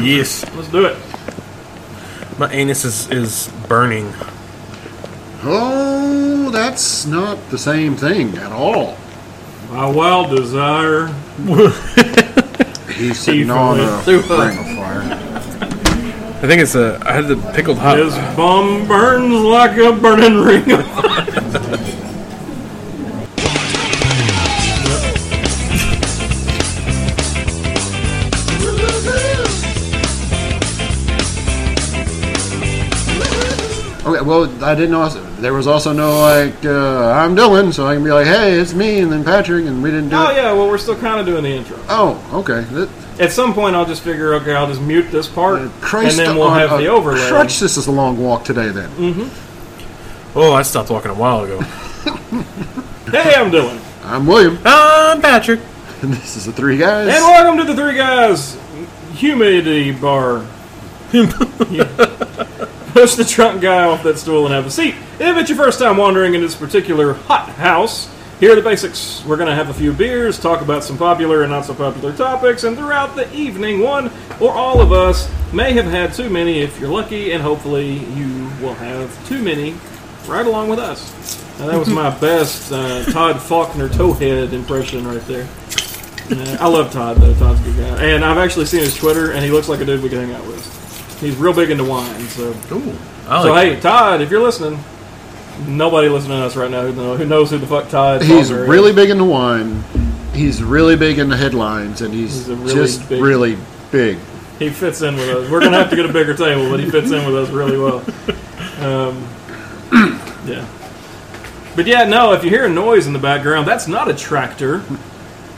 Yes. Let's do it. My anus is, is burning. Oh, that's not the same thing at all. My wild desire. He's sitting on a Through ring a- of fire. I think it's a. I had the pickled hot. His bum burns like a burning ring. Okay, well, I didn't know. There was also no like, uh, I'm Dylan, so I can be like, hey, it's me, and then Patrick, and we didn't do oh it. yeah, well we're still kind of doing the intro. Oh, okay. That, At some point, I'll just figure, okay, I'll just mute this part, Christ and then we'll on have a the overlay. Mm. Crutch, this is a long walk today. Then Oh, I stopped walking a while ago. Hey, I'm Dylan, I'm William, Ah, I'm Patrick. and this is the Three Guys. and welcome to the Three Guys Humidity Bar. Push the drunk guy off that stool and have a seat. If it's your first time wandering in this particular hot house, here are the basics. We're going to have a few beers, talk about some popular and not so popular topics, and throughout the evening, one or all of us may have had too many if you're lucky, and hopefully you will have too many right along with us. Now, that was my best uh, Todd Faulkner Towhead impression right there. Yeah, I love Todd, though. Todd's a good guy. And I've actually seen his Twitter, and he looks like a dude we can hang out with. He's real big into wine, so Ooh, Oh, I so like hey, Todd, if you're listening, nobody listening to us right now who, know, who knows who the fuck Todd. He's Faulkner really is. big into wine. He's really big into headlines, and he's, He's a really just big- really big. he fits in with us. We're gonna have to get a bigger table, but he fits in with us really well. Um, yeah, but yeah, no. If you hear a noise in the background, that's not a tractor.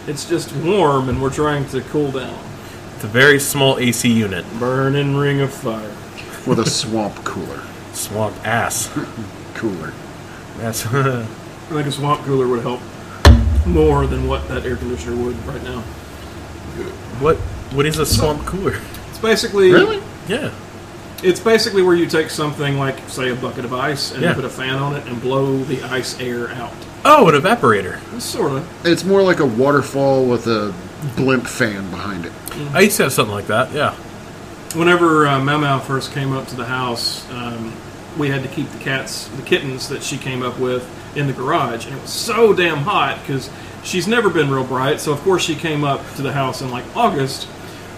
It's just warm, and we're trying to cool down. It's a very small AC unit. Burning ring of fire. with a swamp cooler. Swamp ass. Cooler. That's I think a swamp cooler would help more than what that air conditioner would right now. what. What is a swamp cooler? It's basically Really? Yeah. It's basically where you take something like, say, a bucket of ice and Yeah. put a fan on it and blow the ice air out. Oh, an evaporator. Sort of. It's more like a waterfall with a blimp fan behind it. I used to have something like that. Yeah. Whenever uh, Mau Mau first came up to the house, um, we had to keep the cats, the kittens that she came up with, in the garage, and it was so damn hot because she's never been real bright. So of course she came up to the house in like August.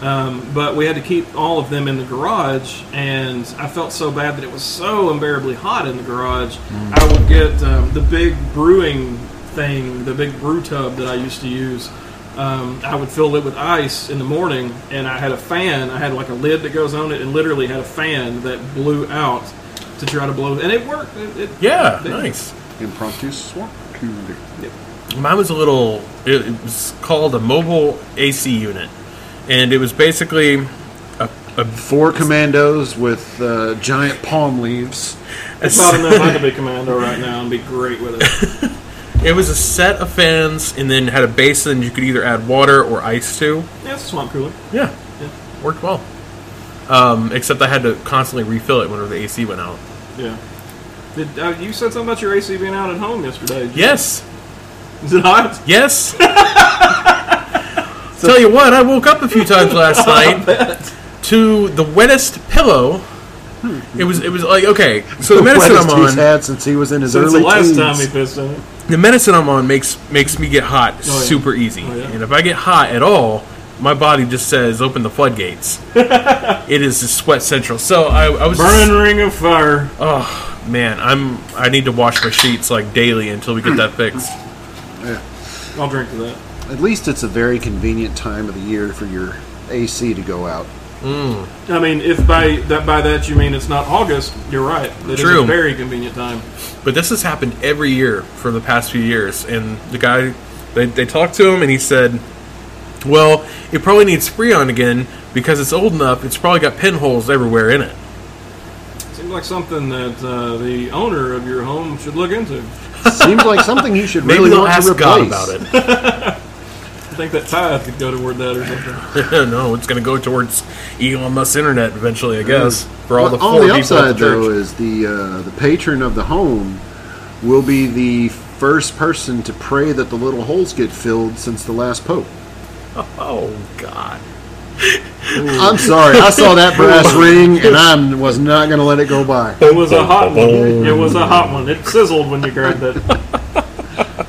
Um, but we had to keep all of them in the garage, and I felt so bad that it was so unbearably hot in the garage. I would get um, the big brewing thing, the big brew tub that I used to use. Um, I would fill it with ice in the morning, and I had a fan. I had like a lid that goes on it, and literally had a fan that blew out to try to blow. And it worked. It, it- Yeah. it- Nice. Impromptu swamp cooler. Mine was a little. It, it was called a mobile AC unit, and it was basically a, a Four commandos with uh, giant palm leaves. It's not enough. I could be commando right now and be great with it. It was a set of fans, and then had a basin you could either add water or ice to. Yeah, it's a swamp cooler. Yeah, Yeah. worked well. Um, except I had to constantly refill it whenever the AC went out. Yeah. Did, uh, you said something about your AC being out at home yesterday. Yes, Is it hot? yes. Tell you what, I woke up a few times last night to the wettest pillow. Hmm. It was. It was like okay. So the medicine wettest I'm he's on, had since he was in his Since early the last teens. time he pissed on it. the medicine I'm on makes makes me get hot yeah. super easy. Oh, yeah. And if I get hot at all, my body just says open the floodgates. it is just sweat central. So I, I was Burning ring of fire. Oh man, I'm I need to wash my sheets like daily until we get that fixed. I'll drink to that. At least it's a very convenient time of the year for your AC to go out. I mean, if by that by that you mean it's not August, you're right. That is True. a very convenient time. But this has happened every year for the past few years, and the guy they, they talked to him and he said, "Well, it probably needs Freon again because it's old enough. It's probably got pinholes everywhere in it." Seems like something that uh, the owner of your home should look into. Seems like something you should Maybe really they'll want ask to replace. God about it. I think that tithe could go toward that or something. no, it's going to go towards Elon Musk internet eventually, I guess. For all Mm. Well, the on four the people at upside, the though, church. is the uh, the patron of the home will be the first person to pray that the little holes get filled since the last pope. Oh God. I'm sorry. I saw that brass ring, and I was not going to let it go by. It was a hot one. It was a hot one. It sizzled when you grabbed that.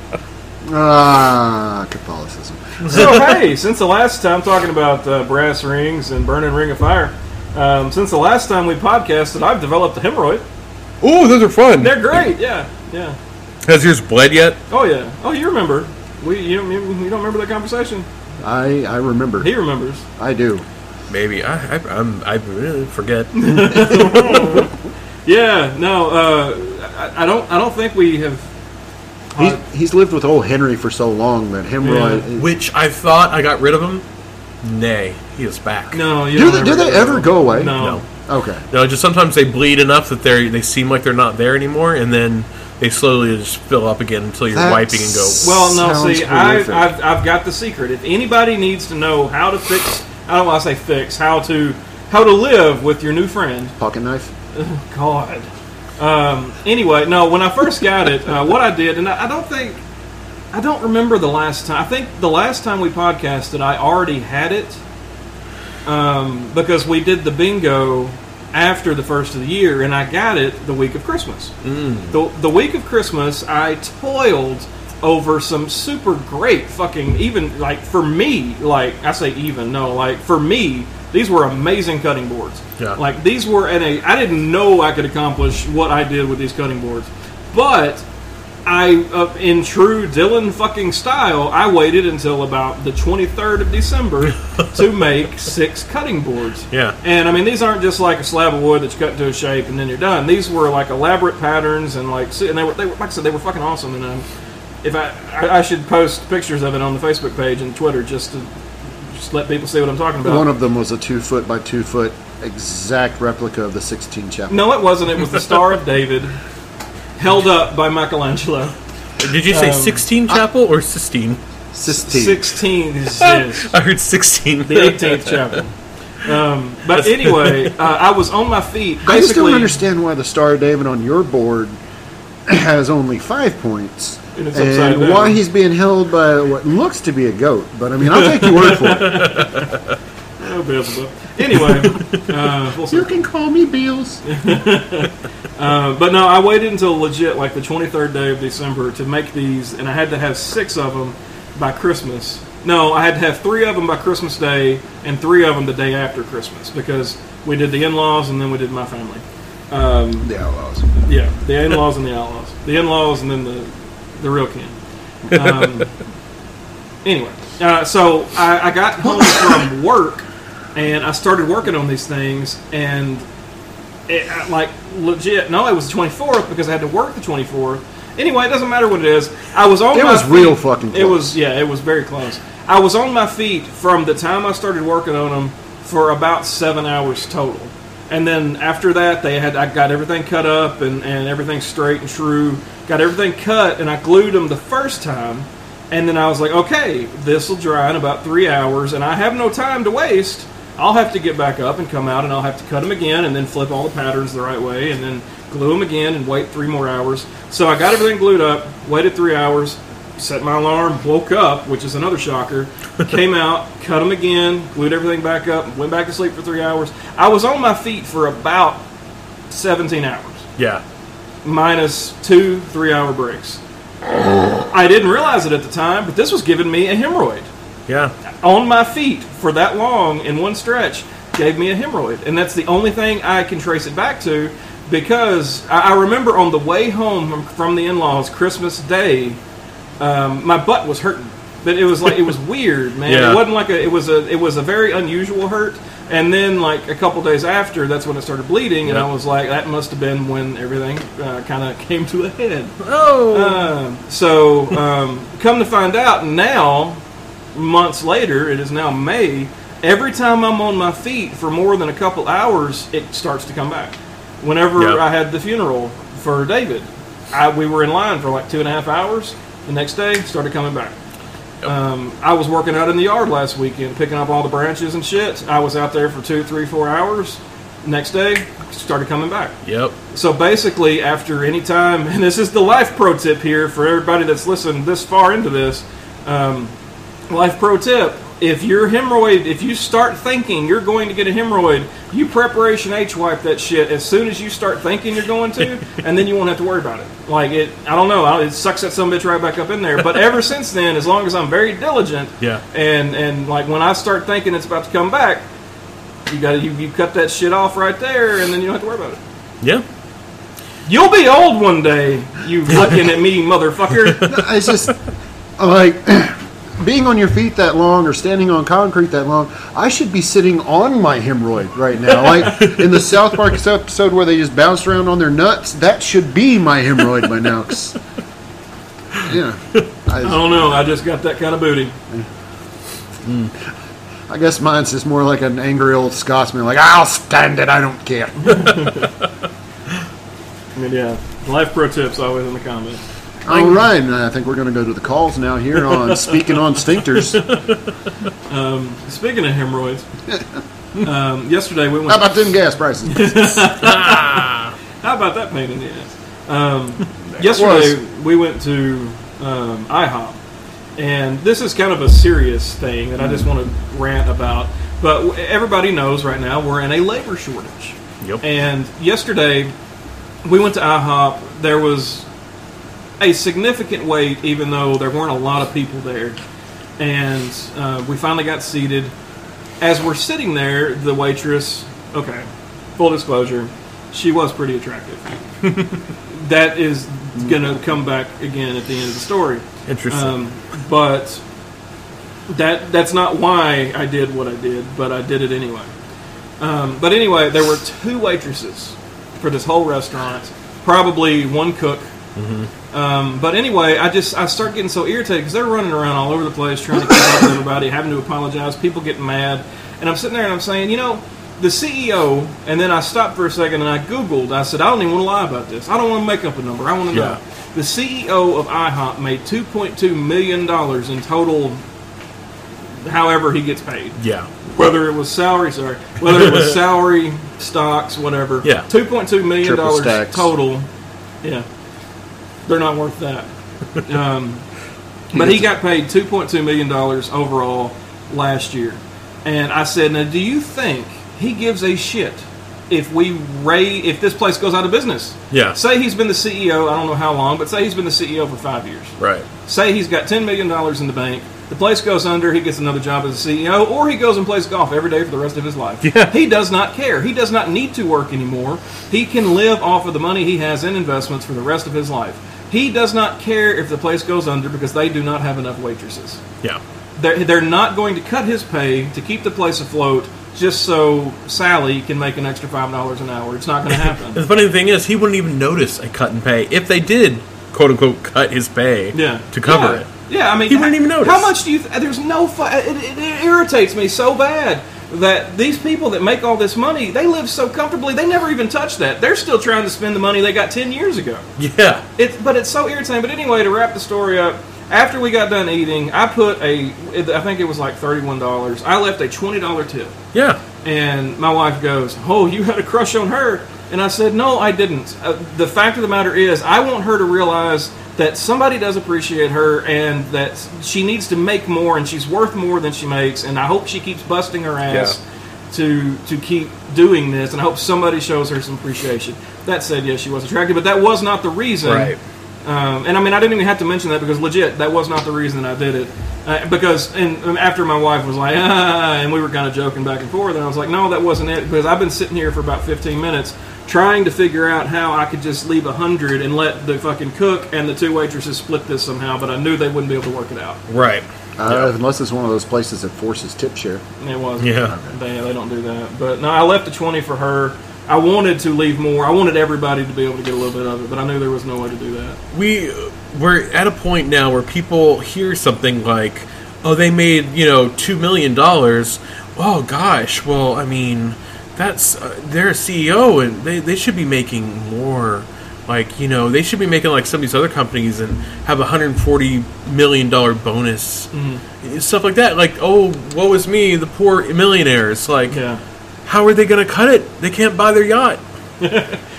Ah, Catholicism. So hey, since the last time talking about uh, brass rings and burning ring of fire, um, since the last time we podcasted, I've developed a hemorrhoid. Ooh, those are fun. They're great. Yeah, yeah. Has yours bled yet? Oh yeah. Oh, you remember? We you don't, you don't remember that conversation? I I remember. He remembers. I do. Maybe I I, I'm, I really forget. Yeah. No. Uh, I, I don't. I don't think we have. He's, he's lived with old Henry for so long that hemorrhoid. Which I thought I got rid of him. Nay, he is back. no. You Do don't they, do ever they get ever that. go away? No. No. Okay. No, just sometimes they bleed enough that they they seem like they're not there anymore, and then they slowly just fill up again until you're That's- wiping and go. Well, no. Sounds see, I, horrific. I've, I've got the secret. If anybody needs to know how to fix, I don't want to say fix, how to how to live with your new friend. Pocket knife. God. Um, anyway, no. When I first got it, uh, what I did, and I, I don't think I don't remember the last time. I think the last time we podcasted, I already had it um, because we did the bingo after the first of the year, and I got it the week of Christmas. Mm. The, the week of Christmas, I toiled over some super great fucking even like for me like I say even no like for me these were amazing cutting boards. Yeah. Like these were at a I didn't know I could accomplish what I did with these cutting boards, but I, uh, in true Dylan fucking style, I waited until about the 23rd of December to make six cutting boards. Yeah. And I mean, these aren't just like a slab of wood that you cut into a shape and then you're done. These were like elaborate patterns and like, si- and they were, they were like I said, they were fucking awesome. And um, if I, I, I should post pictures of it on the Facebook page and Twitter just to just let people see what I'm talking about. One of them was a two foot by two foot exact replica of the 16 chapel. no, it wasn't. It was the Star of David held up by Michelangelo. Did you say sixteen chapel or sistine? 16. 16 yes. I heard sixteen. the 18th chapel. Um, but anyway, uh, I was on my feet. Basically, I just don't understand why the Star of David on your board has only five points. And it's upside And down. why he's being held by what looks to be a goat, but I mean, I'll take your word for it. Oh, Beelzebub. Anyway, uh, we'll see. You can call me Beals. Uh, but no, I waited until legit like the 23rd day of December to make these, and I had to have six of them by Christmas. No, I had to have three of them by Christmas Day and three of them the day after Christmas because we did the in-laws and then we did my family. Um, The outlaws. Yeah, the in-laws and the outlaws. The in-laws and then the the real kin. Um, anyway, uh, so I, I got home from work and I started working on these things and it, I, like legit. No, it was the 24th because I had to work the 24th. Anyway, it doesn't matter what it is. I was on. It my was feet- real fucking It close. was yeah. It was very close. I was on my feet from the time I started working on them for about seven hours total, and then after that they had I got everything cut up and and everything straight and true. Got everything cut and I glued them the first time, and then I was like, okay, this will dry in about three hours, and I have no time to waste. I'll have to get back up and come out, and I'll have to cut them again, and then flip all the patterns the right way, and then glue them again, and wait three more hours. So I got everything glued up, waited three hours, set my alarm, woke up, which is another shocker, came out, cut them again, glued everything back up, went back to sleep for three hours. I was on my feet for about 17 hours Yeah. minus two three hour breaks. I didn't realize it at the time, but this was giving me a hemorrhoid. Yeah. On my feet for that long in one stretch gave me a hemorrhoid. And that's the only thing I can trace it back to because I, I remember on the way home from, from the in laws Christmas Day, um, my butt was hurting. But it was like it was weird, man. Yeah. It wasn't like a it was a it was a very unusual hurt. And then like a couple days after, that's when it started bleeding, and Yeah. I was like, that must have been when everything uh, kind of came to a head. Oh. Um, so, um, come to find out, now, months later, it is now May, every time I'm on my feet for more than a couple hours, it starts to come back. Whenever Yep. I had the funeral for David, I, we were in line for like two and a half hours. The next day, it started coming back. Um, I was working out in the yard last weekend, picking up all the branches and shit. I was out there for two, three, four hours. Next day, started coming back. yep. So basically, after any time, and this is the life pro tip here for everybody that's listened this far into this. Um, life pro tip: If your hemorrhoid, if you start thinking you're going to get a hemorrhoid, you preparation H wipe that shit as soon as you start thinking you're going to, and then you won't have to worry about it. Like it, I don't know. I- It sucks that some bitch right back up in there. But ever since then, as long as I'm very diligent, Yeah. and and like when I start thinking it's about to come back, you got to you, you cut that shit off right there, and then you don't have to worry about it. Yeah. You'll be old one day, you looking at me, motherfucker. It's just like being on your feet that long or standing on concrete that long. I should be sitting on my hemorrhoid right now. Like in the South Park episode where they just bounced around on their nuts. That should be my hemorrhoid by now. 'cause- yeah, I I, don't know. I just got that kind of booty. I guess mine's just more like an angry old Scotsman. Like I'll stand it. I don't care. I mean, yeah. Life pro tips always in the comments. All right, and I think we're going to go to the calls now here on speaking on stinkers. Speaking of hemorrhoids, um, yesterday we went. How about them gas prices? How about that pain in the ass? Um, yesterday we went to um, IHOP, and this is kind of a serious thing that I Mm. just want to rant about. But w- everybody knows right now we're in a labor shortage. Yep. And yesterday we went to IHOP. There was a significant wait, even though there weren't a lot of people there. And uh, we finally got seated. As we're sitting there, the waitress, okay, full disclosure, she was pretty attractive. that is going to come back again at the end of the story. Interesting. Um, but that that's not why I did what I did, but I did it anyway. Um, but anyway, there were two waitresses for this whole restaurant, probably one cook. Um, but anyway, I just I start getting so irritated because they're running around all over the place trying to keep up with everybody, having to apologize. People get mad, and I'm sitting there and I'm saying, you know, the CEO. And then I stopped for a second and I googled. I said, I don't even want to lie about this. I don't want to make up a number. I want to Yeah. know. The CEO of IHOP made 2.2 million dollars in total. However, he gets paid yeah. whether it was salary, sorry, whether it was salary, stocks, whatever. Yeah. two point two million Triple dollars stacks. total. Yeah, they're not worth that. Um, but he got paid two point two million dollars overall last year, and I said, "Now, do you think he gives a shit if we raise if this place goes out of business? Yeah. Say he's been the CEO, I don't know how long, but say he's been the CEO for five years. Right. Say he's got ten million dollars in the bank. The place goes under. He gets another job as a CEO, or he goes and plays golf every day for the rest of his life. Yeah. He does not care. He does not need to work anymore. He can live off of the money he has in investments for the rest of his life. He does not care if the place goes under because they do not have enough waitresses. Yeah. They're, they're not going to cut his pay to keep the place afloat just so Sally can make an extra five dollars an hour. It's not going to happen. The funny thing is, he wouldn't even notice a cut in pay if they did, quote unquote, cut his pay Yeah. to cover Yeah. it. Yeah, I mean, He wouldn't even notice. How much do you? Th- there's no. Fu- it, it, it irritates me so bad that these people that make all this money, they live so comfortably, they never even touch that. They're still trying to spend the money they got ten years ago. Yeah. It's but it's so irritating. But anyway, to wrap the story up, after we got done eating, I put a. it- I think it was like thirty-one dollars. I left a twenty dollar tip. Yeah. And my wife goes, Oh, you had a crush on her. And I said, No, I didn't. Uh, the fact of the matter is, I want her to realize that somebody does appreciate her and that she needs to make more and she's worth more than she makes. And I hope she keeps busting her ass to to keep doing this. And I hope somebody shows her some appreciation. That said, yes, she was attractive, but that was not the reason. Right. Um, and I mean, I didn't even have to mention that because legit, that was not the reason I did it. Uh, because and um, after my wife was like, ah, and we were kind of joking back and forth, and I was like, no, that wasn't it. Because I've been sitting here for about 15 minutes trying to figure out how I could just leave a hundred and let the fucking cook and the two waitresses split this somehow. But I knew they wouldn't be able to work it out. Right. Uh, unless it's one of those places that forces tip share. And It was. Yeah. They, they don't do that. But no, I left a 20 for her. I wanted to leave more. I wanted everybody to be able to get a little bit of it, but I knew there was no way to do that. we we're at a point now where people hear something like, "Oh, they made you know two million dollars." Oh gosh, well, I mean, that's uh, they're a CEO and they they should be making more. Like you know, they should be making like some of these other companies and have a hundred forty million dollar bonus, stuff like that. Like, oh, woe is me, the poor millionaires. Like, Yeah. how are they going to cut it? They can't buy their yacht.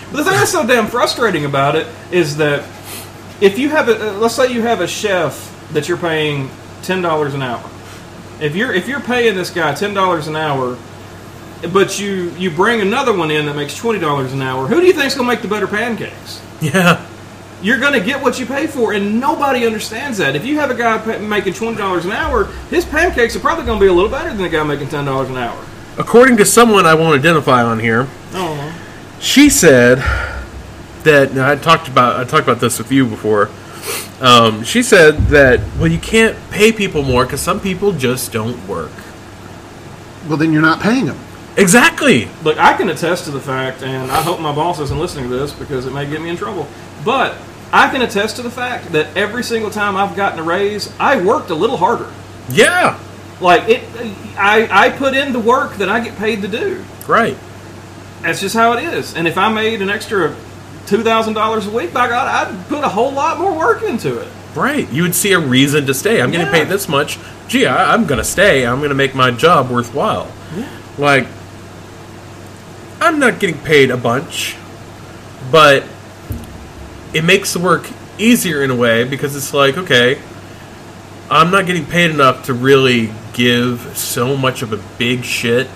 The thing that's so damn frustrating about it is that if you have a, uh, let's say you have a chef that you're paying ten dollars an hour, If you're if you're paying this guy ten dollars an hour, but you you bring another one in that makes twenty dollars an hour, who do you think's gonna make the better pancakes? Yeah. You're gonna get what you pay for, and nobody understands that. If you have a guy pa making twenty dollars an hour, his pancakes are probably gonna be a little better than the guy making ten dollars an hour. According to someone I won't identify on here, Oh, she said that now I talked about I talked about this with you before. Um, she said that well, you can't pay people more because some people just don't work. Well, then you're not paying them. Exactly. Look, I can attest to the fact, and I hope my boss isn't listening to this because it may get me in trouble. But I can attest to the fact that every single time I've gotten a raise, I worked a little harder. Yeah. Like it, I, I put in the work that I get paid to do. Right. That's just how it is. And if I made an extra two thousand dollars a week, by God, I'd put a whole lot more work into it. Right. You would see a reason to stay. I'm getting Yeah. paid this much. Gee, I, I'm going to stay. I'm going to make my job worthwhile. Like, I'm not getting paid a bunch, but it makes the work easier in a way because it's like, okay, I'm not getting paid enough to really give so much of a big shit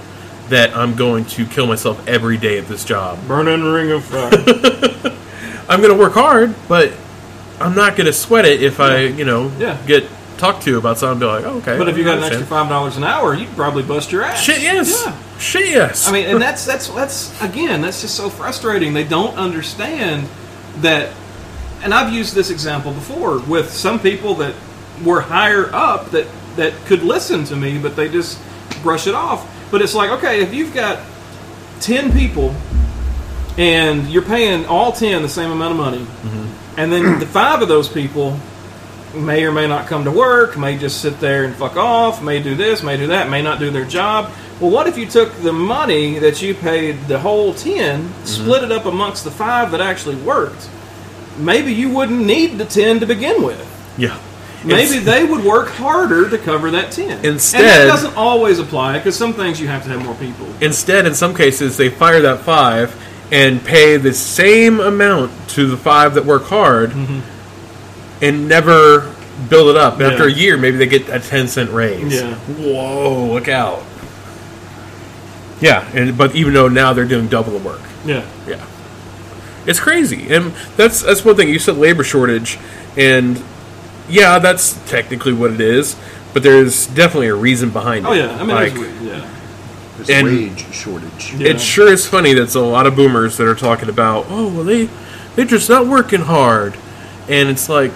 that I'm going to kill myself every day at this job. Burning ring of uh, fire. I'm gonna work hard, but I'm not gonna sweat it if I, you know, Yeah. get talked to about something. and Be like, oh, okay. but if you got an I extra understand. five dollars an hour, you'd probably bust your ass. shit, yes, Yeah. shit, yes. I mean, and that's that's that's again, that's just so frustrating. They don't understand that. And I've used this example before with some people that were higher up that that could listen to me, but they just brush it off. But it's like, okay, if you've got ten people and you're paying all ten the same amount of money, and then the five of those people may or may not come to work, may just sit there and fuck off, may do this, may do that, may not do their job. Well, what if you took the money that you paid the whole 10, Mm-hmm. split it up amongst the five that actually worked? Maybe you wouldn't need the 10 to begin with. yeah. Maybe It's- they would work harder to cover that 10. and Instead- that doesn't always apply because some things you have to have more people. instead, in some cases, they fire that five and pay the same amount to the five that work hard, and never build it up. And After a Mm-hmm. Yeah. year, maybe they get a ten cent raise. Yeah. Whoa, look out. Yeah, and but even though now they're doing double the work. Yeah. Yeah, it's crazy, and that's that's one thing. You said labor shortage, and yeah, that's technically what it is, but there's definitely a reason behind it. Oh, yeah. I mean, like, there's weird. Yeah. There's And- wage shortage. Yeah. it sure is funny. That's a lot of boomers that are talking about. Oh well, they they're just not working hard, and it's like.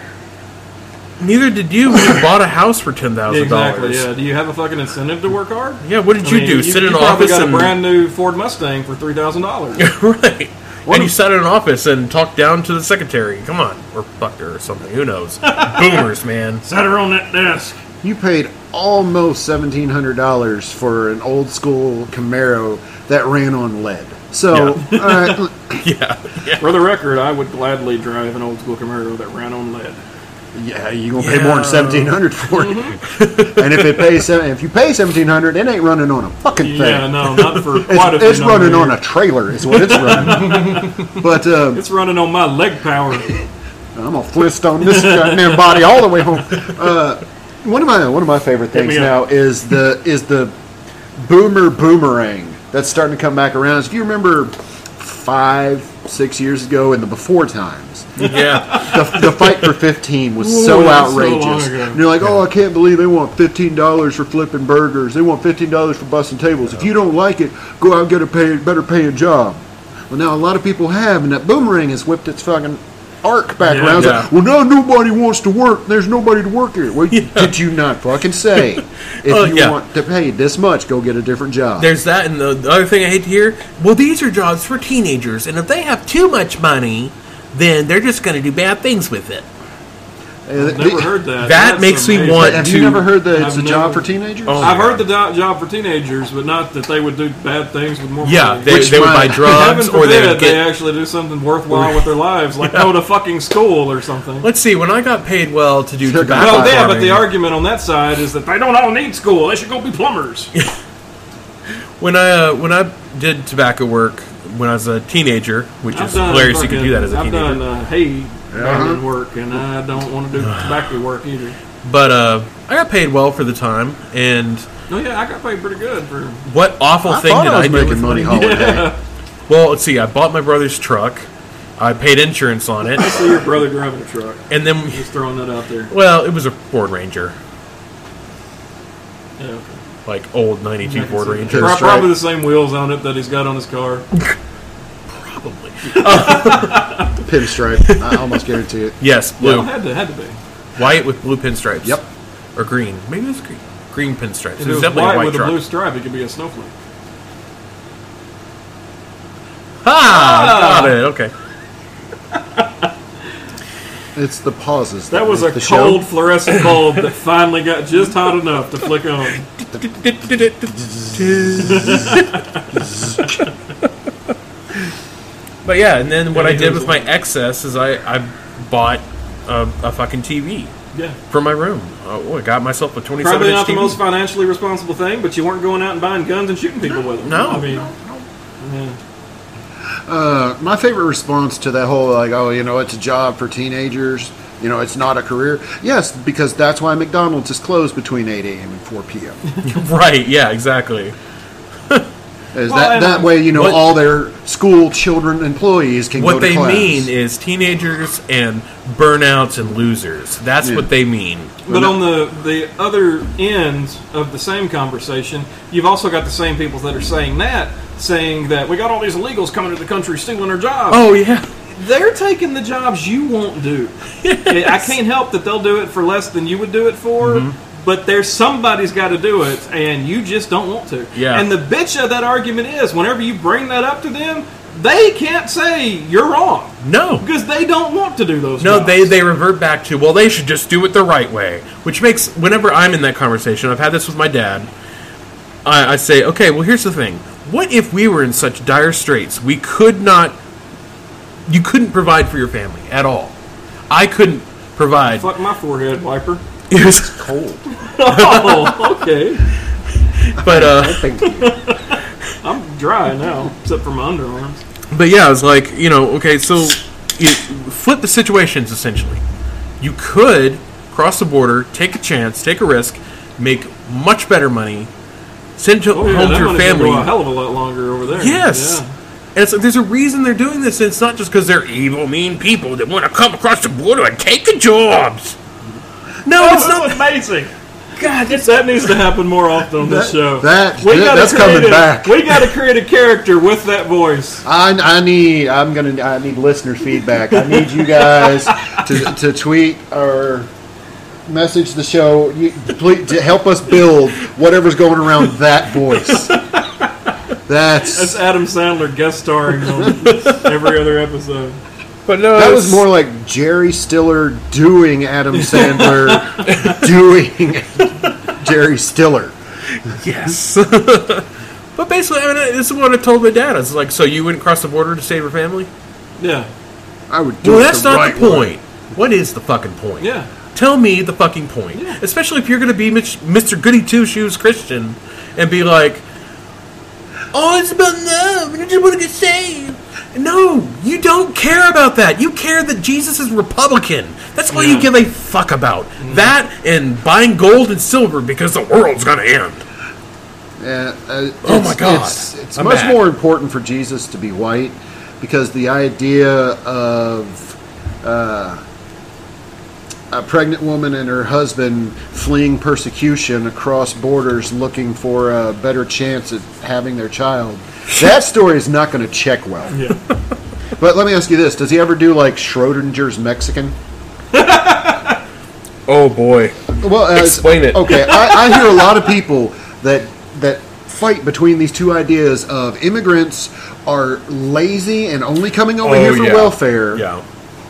Neither did you when you bought a house for ten Yeah, thousand Exactly. Yeah. dollars. Do you have a fucking incentive to work hard? Yeah, what did I you mean, do? sit in you an probably office got and a brand new Ford Mustang for three thousand dollars. right. One and you of- sat in an office and talked down to the secretary. Come on, or fucked her or something. Who knows? Boomers, man. Sat her on that desk. You paid almost seventeen hundred dollars for an old school Camaro that ran on lead. So, all right, l- Yeah, yeah. For the record, I would gladly drive an old school Camaro that ran on lead. yeah, you gonna pay more than seventeen hundred for it. and if it pays, seven- if you pay seventeen hundred, it ain't running on a fucking thing. Yeah, no, not for quite It's, a. it's few number running on years. a trailer, is what it's running. but um, It's running on my leg power. I'm gonna twist on this goddamn body all the way home. Uh, one of my one of my favorite things me up. now is the is the boomer boomerang that's starting to come back around. If you remember five six years ago in the before times, yeah. the, the fight for fifteen was Ooh, so that's so long outrageous. ago. and you're like, oh, I can't believe they want fifteen dollars for flipping burgers. They want fifteen dollars for busting tables. If you don't like it, go out and get a pay, better paying job. Well, now a lot of people have, and that boomerang has whipped its fucking arc back Yeah. around. It's Yeah. like, well, now nobody wants to work. There's nobody to work here. Well, did you not fucking say if Oh, Well, you yeah. want to pay this much, go get a different job? There's that, and the, the other thing I hate to hear. Well, these are jobs for teenagers, and if they have too much money, then they're just going to do bad things with it. Uh, I've the- never heard that. that That's makes me amazing. want- Have to- you never heard that it's I've a job never- for teenagers? Oh. I've heard the do- job for teenagers, but not that they would do bad things with more Yeah, money. they, Which they would buy one? drugs, Heaven or they forbid would they, get. actually do something worthwhile with their lives, like go to fucking school or something. Let's see. When I got paid well to do Took tobacco Well, Apple yeah, but farming- the argument on that side is that they don't all need school. They should go be plumbers. When I uh, when I did tobacco work when I was a teenager, which is hilarious, you could do that as a I've teenager. done uh, hay Uh-huh. bagging work, and I don't want to do tobacco work either. But uh, I got paid well for the time, and No, yeah, I got paid pretty good for. what awful I thing thought did I was do with making money holiday. Well, let's see. I bought my brother's truck. I paid insurance on it, See your brother driving a truck. and then Just throwing that out there. well, it was a Ford Ranger, Yeah, okay. like old '92 I can Ford see that. Ranger, Pro- That's right. Probably the same wheels on it that he's got on his car. probably. Pinstripe. I almost guarantee it. Yes, blue, Well, had to had to be. white with blue pinstripes. Yep. or green. Maybe it's green. Green pinstripes. If It it was was white, definitely a white with truck. a blue stripe, it could be a snowflake. Ah, got it. Okay. It's the pauses. That was a make the cold show. fluorescent bulb that finally got just hot enough to flick on. But yeah, and then what Yeah, I he did was with my excess is I, I bought a, a fucking TV Yeah. for my room. Oh, I got myself a 27 Probably inch not the TV. most financially responsible thing, but you weren't going out and buying guns and shooting people with them. no, I mean, no, yeah. Uh, my favorite response to that whole like, oh, you know, it's a job for teenagers. You know, it's not a career. Yes, because that's why McDonald's is closed between 8 a.m. and 4 p.m. right? Yeah, exactly. Is Well, that and- that way? You know, What- all their school children employees can go What to they class. mean is teenagers and burnouts and losers. That's Yeah. what they mean. But no- on the, the other end of the same conversation, you've also got the same people that are saying that, saying that we got all these illegals coming to the country stealing our jobs. Oh yeah. They're taking the jobs you won't do. I can't help that they'll do it for less than you would do it for, Mm-hmm. but there's somebody's got to do it, and you just don't want to. Yeah. And the bitch of that argument is whenever you bring that up to them, they can't say you're wrong No. because they don't want to do those. No, jobs. they they revert back to well, they should just do it the right way, which makes whenever I'm in that conversation, I've had this with my dad. I, I say, okay, well, here's the thing: what if we were in such dire straits we could not, you couldn't provide for your family at all? I couldn't provide. fuck my forehead wiper. It was- Cold. oh, okay. but uh, Thank you. I'm dry now, except for my underarms. but yeah, I was like, you know, okay, so you flip the situations essentially. You could cross the border, take a chance, take a risk, make much better money, send to Oh, yeah, home that to your money's gonna family. Go a hell of a lot longer over there. Yes. Yeah. And it's like, there's a reason they're doing this, and it's not just because they're evil, mean people that want to come across the border and take the jobs. No, it's Oh, not. that's amazing. God, that needs to happen more often on this That- show. that- that- gotta that's create coming a- back. We got to create a character with that voice. I, I need. I'm gonna. I need listener feedback. I need you guys to to tweet or message the show. You, please, to help us build whatever's going around that voice. That's That's Adam Sandler guest starring on every other episode. But uh, no, that it's- was more like Jerry Stiller doing Adam Sandler doing Jerry Stiller. yes. but basically, I mean, this is what I told my dad. I was like, so you wouldn't cross the border to save your family? Yeah, I would do Well, it that's the not right the way. point. What is the fucking point? yeah. Tell me the fucking point. Yeah. Especially if you're going to be Mitch- Mr. Goody Two Shoes Christian and be like, oh, it's about love and I just want to get saved. No, you don't care about that. You care that Jesus is Republican. That's all Yeah. you give a fuck about. That and buying gold and silver because the world's going to end. Yeah, uh, Oh it's- my God. It's, it's I'm much back. more important for Jesus to be white because the idea of uh, a pregnant woman and her husband fleeing persecution across borders looking for a better chance at having their child. That story is not going to check well. Yeah. But let me ask you this: Does he ever do like Schrodinger's Mexican? Oh, boy. Well, uh, Explain it. Okay, I, I hear a lot of people that that fight between these two ideas of immigrants are lazy and only coming over here for welfare, Oh, Yeah.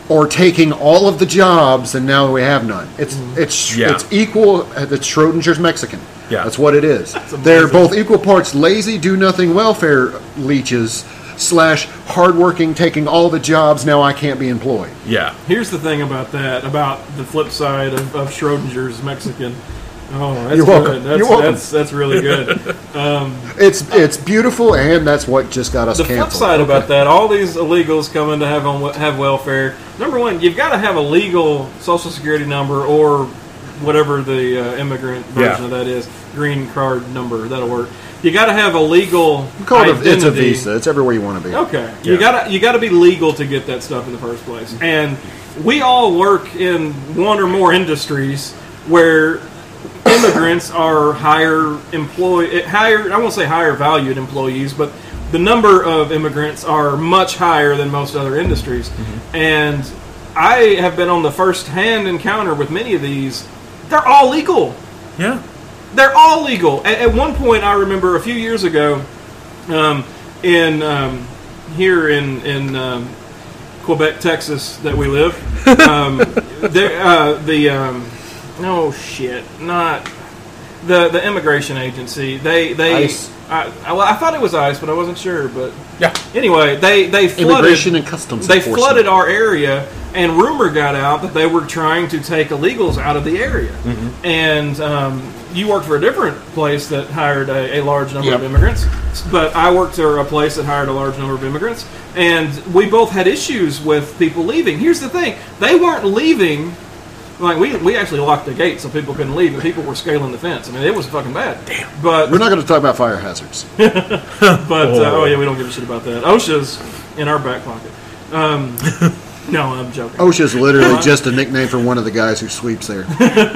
or taking all of the jobs and now we have none. It's it's Mm. Yeah. it's equal. uh, It's Schrodinger's Mexican. Yeah. that's what it is. They're both equal parts lazy, do nothing welfare leeches slash hardworking, taking all the jobs. Now I can't be employed. Yeah. Here's the thing about that, about the flip side of, of Schrodinger's Mexican. Oh, that's You're good. welcome. That's, You're welcome. that's that's really good. It's it's beautiful, and that's what just got us the canceled. flip side about that, all these illegals coming to have on have welfare. Number one, you've got to have a legal social security number or whatever the uh, immigrant version Yeah. of that is. Green card number that'll work. You got to have a legal. You call it a, identity. it's a visa. It's everywhere you want to be. Okay, Yeah. you gotta you gotta be legal to get that stuff in the first place, and we all work in one or more industries where immigrants are higher employ eh, higher I won't say higher valued employees, but the number of immigrants are much higher than most other industries, and I have been on the first hand encounter with many of these. They're all legal. Yeah. They're all legal. At, at one point, I remember a few years ago, um, in um, here in in um, Quebec, Texas, that we live. Um, there, uh, the um, oh shit, not the the immigration agency. They they ICE. I, I, well, I thought it was ICE, but I wasn't sure. But Yeah. anyway, they they flooded Immigration and Customs they Enforcement. flooded our area, and rumor got out that they were trying to take illegals out of the area. Mm-hmm. And um, you worked for a different place that hired a, a large number of Yep. immigrants, but I worked for a place that hired a large number of immigrants, and we both had issues with people leaving. Here's the thing: they weren't leaving. Like we, we actually locked the gate so people couldn't leave, and people were scaling the fence. I mean, it was fucking bad. Damn. But We're not going to talk about fire hazards. but uh, Oh. oh yeah, we don't give a shit about that. OSHA's in our back pocket. Um, no, I'm joking. OSHA's literally just a nickname for one of the guys who sweeps there.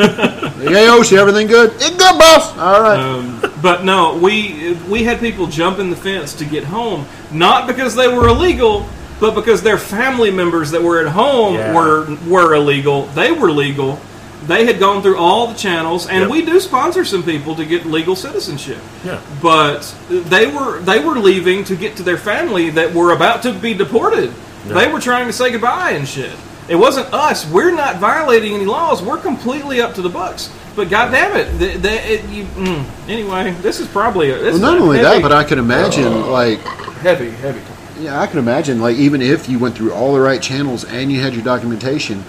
hey, OSHA, everything good? Yeah, good, boss. All right. Um, but no, we we had people jumping the fence to get home, not because they were illegal, but because their family members that were at home Yeah. were were illegal. They were legal. They had gone through all the channels, and Yep. we do sponsor some people to get legal citizenship. Yeah. but they were they were leaving to get to their family that were about to be deported. They were trying to say goodbye and shit. It wasn't us. We're not violating any laws. We're completely up to the bucks. But goddamn it, the, the, it you, mm, anyway, this is probably a, this well, is not a only heavy, that, but I can imagine, Oh. like, heavy, heavy. yeah, I can imagine, like, even if you went through all the right channels and you had your documentation,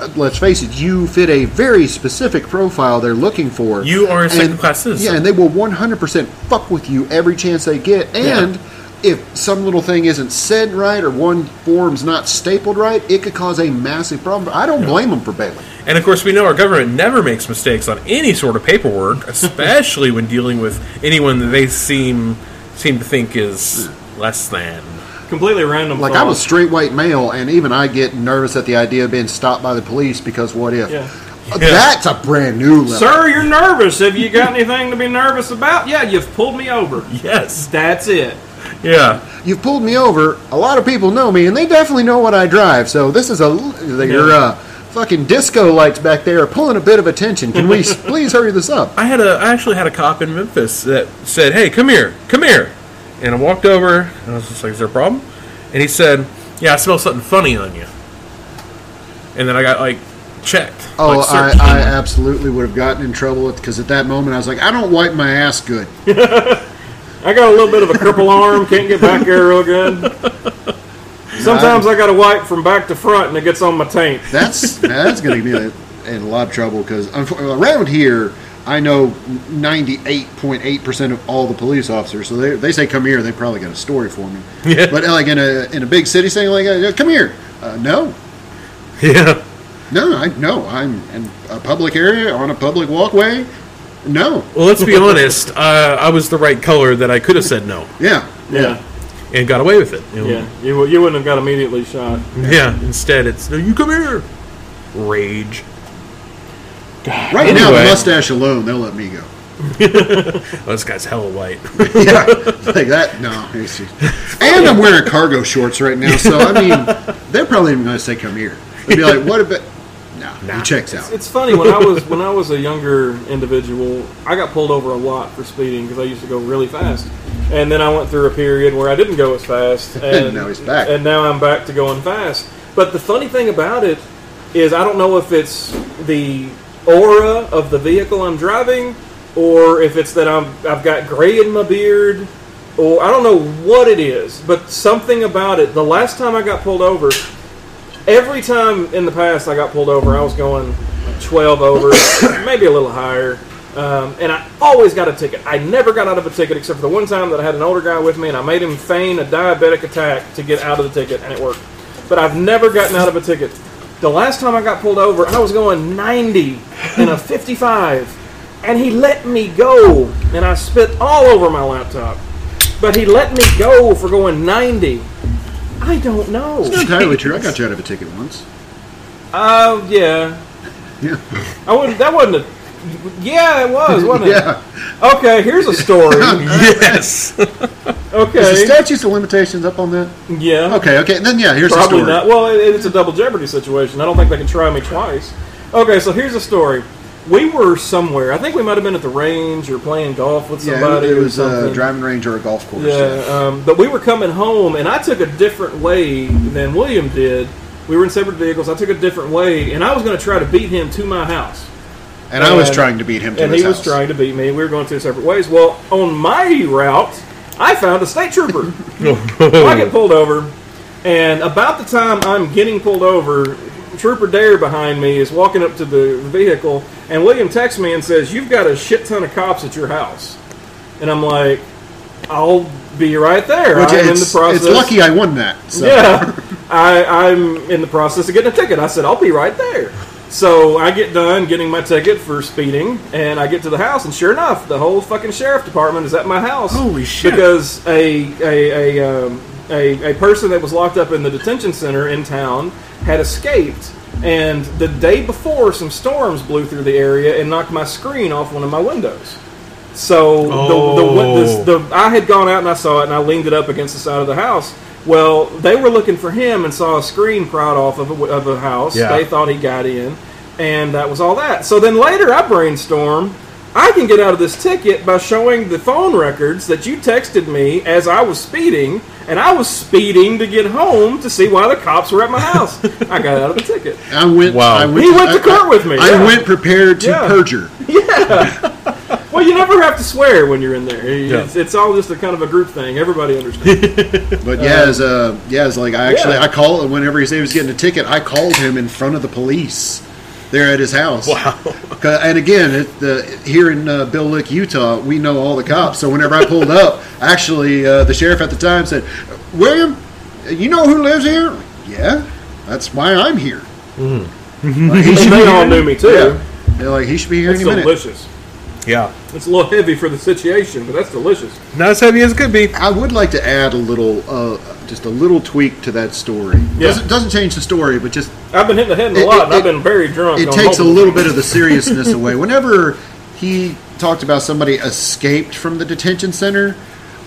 uh, let's face it, you fit a very specific profile they're looking for. You are a second and, class citizen. Yeah, and they will 100% fuck with you every chance they get. And if some little thing isn't said right or one form's not stapled right, it could cause a massive problem. I don't blame them for bailing. And of course, we know our government never makes mistakes on any sort of paperwork, especially when dealing with anyone that they seem seem to think is less than. Completely random. Like thought. I was straight white male, and even I get nervous at the idea of being stopped by the police because what if? Yeah. Uh, That's a brand new level. Sir, you're nervous. Have you got anything to be nervous about? Yeah, you've pulled me over. Yes. That's it. Yeah. You've pulled me over. A lot of people know me, and they definitely know what I drive. So this is a l- your Yeah. uh, fucking disco lights back there are pulling a bit of attention. Can we s- please hurry this up? I had a I actually had a cop in Memphis that said, "Hey, come here, come here," and I walked over and I was just like, "Is there a problem?" And he said, "Yeah, I smell something funny on you." And then I got like checked. Oh, like, I, searched. I absolutely would have gotten in trouble because at that moment I was like, I don't wipe my ass good. I got a little bit of a cripple arm, can't get back there real good. Sometimes I got to wipe from back to front and it gets on my taint. That's that's going to be in a lot of trouble because around here, I know ninety eight point eight percent of all the police officers. So they, they say come here, they probably got a story for me. Yeah. But like in a in a big city, saying like uh, come here, uh, no, yeah, no, I no, I'm in a public area on a public walkway. No, well, let's be honest. Uh, I was the right color that I could have said no yeah, Yeah, and got away with it. You know? yeah. You, wou- you wouldn't have got immediately shot. Yeah, instead it's no, you come here. Rage. Right now, Anyway. the mustache alone, they'll let me go. Oh, this guy's hella white. yeah, like that. No, it's- and I'm wearing cargo shorts right now, so I mean, they're probably even going to say, "Come here." They'd be like, "What about?" Nah, Nah. he checks out. It's funny when I was when I was a younger individual, I got pulled over a lot for speeding because I used to go really fast, and then I went through a period where I didn't go as fast, and Now he's back. and now I'm back to going fast. But the funny thing about it is, I don't know if it's the aura of the vehicle I'm driving, or if it's that I'm I've got gray in my beard, or I don't know what it is, but something about it. The last time I got pulled over, every time in the past I got pulled over, I was going 12 over, maybe a little higher. Um, and I always got a ticket. I never got out of a ticket except for the one time that I had an older guy with me and I made him feign a diabetic attack to get out of the ticket, and it worked. But I've never gotten out of a ticket. The last time I got pulled over, I was going 90 in a 55, and he let me go, and I spit all over my laptop. But he let me go for going 90. I don't know. Entirely true. I got you out of a ticket once. Oh yeah, Yeah. I wouldn't. That wasn't a. Yeah, it was, wasn't it? yeah. Okay, here's a story. yes. Is the Okay. statutes of limitations up on that? Yeah. Okay, okay. And then, yeah, here's Probably the story. not. Well, it, it's a double jeopardy situation. I don't think they can try me twice. Okay, so here's a story. We were somewhere. I think we might have been at the range or playing golf with Yeah, somebody. it, it was uh, or a something. driving range or a golf course. Yeah, um, but we were coming home, and I took a different way than William did. We were in separate vehicles. I took a different way, and I was going to try to beat him to my house. And I was and- trying to beat him to and his he was house. trying to beat me. We were going two separate ways. Well, on my route, I found a state trooper. So I get pulled over, and about the time I'm getting pulled over, Trooper Dare behind me is walking up to the vehicle, and William texts me and says, "You've got a shit ton of cops at your house," and I'm like, "I'll be right there. Which I'm it's, in the process." it's lucky I won that. So. Yeah, I, I'm in the process of getting a ticket. I said, I'll be right there. So I get done getting my ticket for speeding, and I get to the house, and sure enough, the whole fucking sheriff department is at my house. Holy shit. Because a a a, um, a a person that was locked up in the detention center in town had escaped, and the day before, some storms blew through the area and knocked my screen off one of my windows. So Oh. the, the, the, the I had gone out and I saw it and I leaned it up against the side of the house. Well, they were looking for him and saw a screen pried off of a, of a house. Yeah. They thought he got in, and that was all that. So then later I brainstorm. I can get out of this ticket by showing the phone records that you texted me as I was speeding, and I was speeding to get home to see why the cops were at my house. I got out of the ticket. I went. Wow. I went He went I- to court with me, I yeah. went prepared to Yeah. perjure. Well, you never have to swear when you're in there. Yeah. It's, it's all just a kind of a group thing. Everybody understands. But yeah, as uh, yeah, as like I actually Yeah. I called whenever he said he was getting a ticket, I called him in front of the police there at his house. Wow. And again, it, the, here in uh, Bill Lick, Utah, we know all the cops. So whenever I pulled up, actually uh, the sheriff at the time said, "William, you know who lives here?" Yeah, that's why I'm here. Like, he And should be they all here- knew me too. Yeah. They're like he should be here It's any minute. delicious. Yeah. It's a little heavy for the situation, but that's delicious. Not as heavy as it could be. I would like to add a little, uh, just a little tweak to that story. Yeah. Doesn't, doesn't change the story, but just I've been hitting the head in a It- lot, it- and I've been very drunk. it on takes a multiple little bit of the seriousness away. Whenever he talked about somebody escaped from the detention center,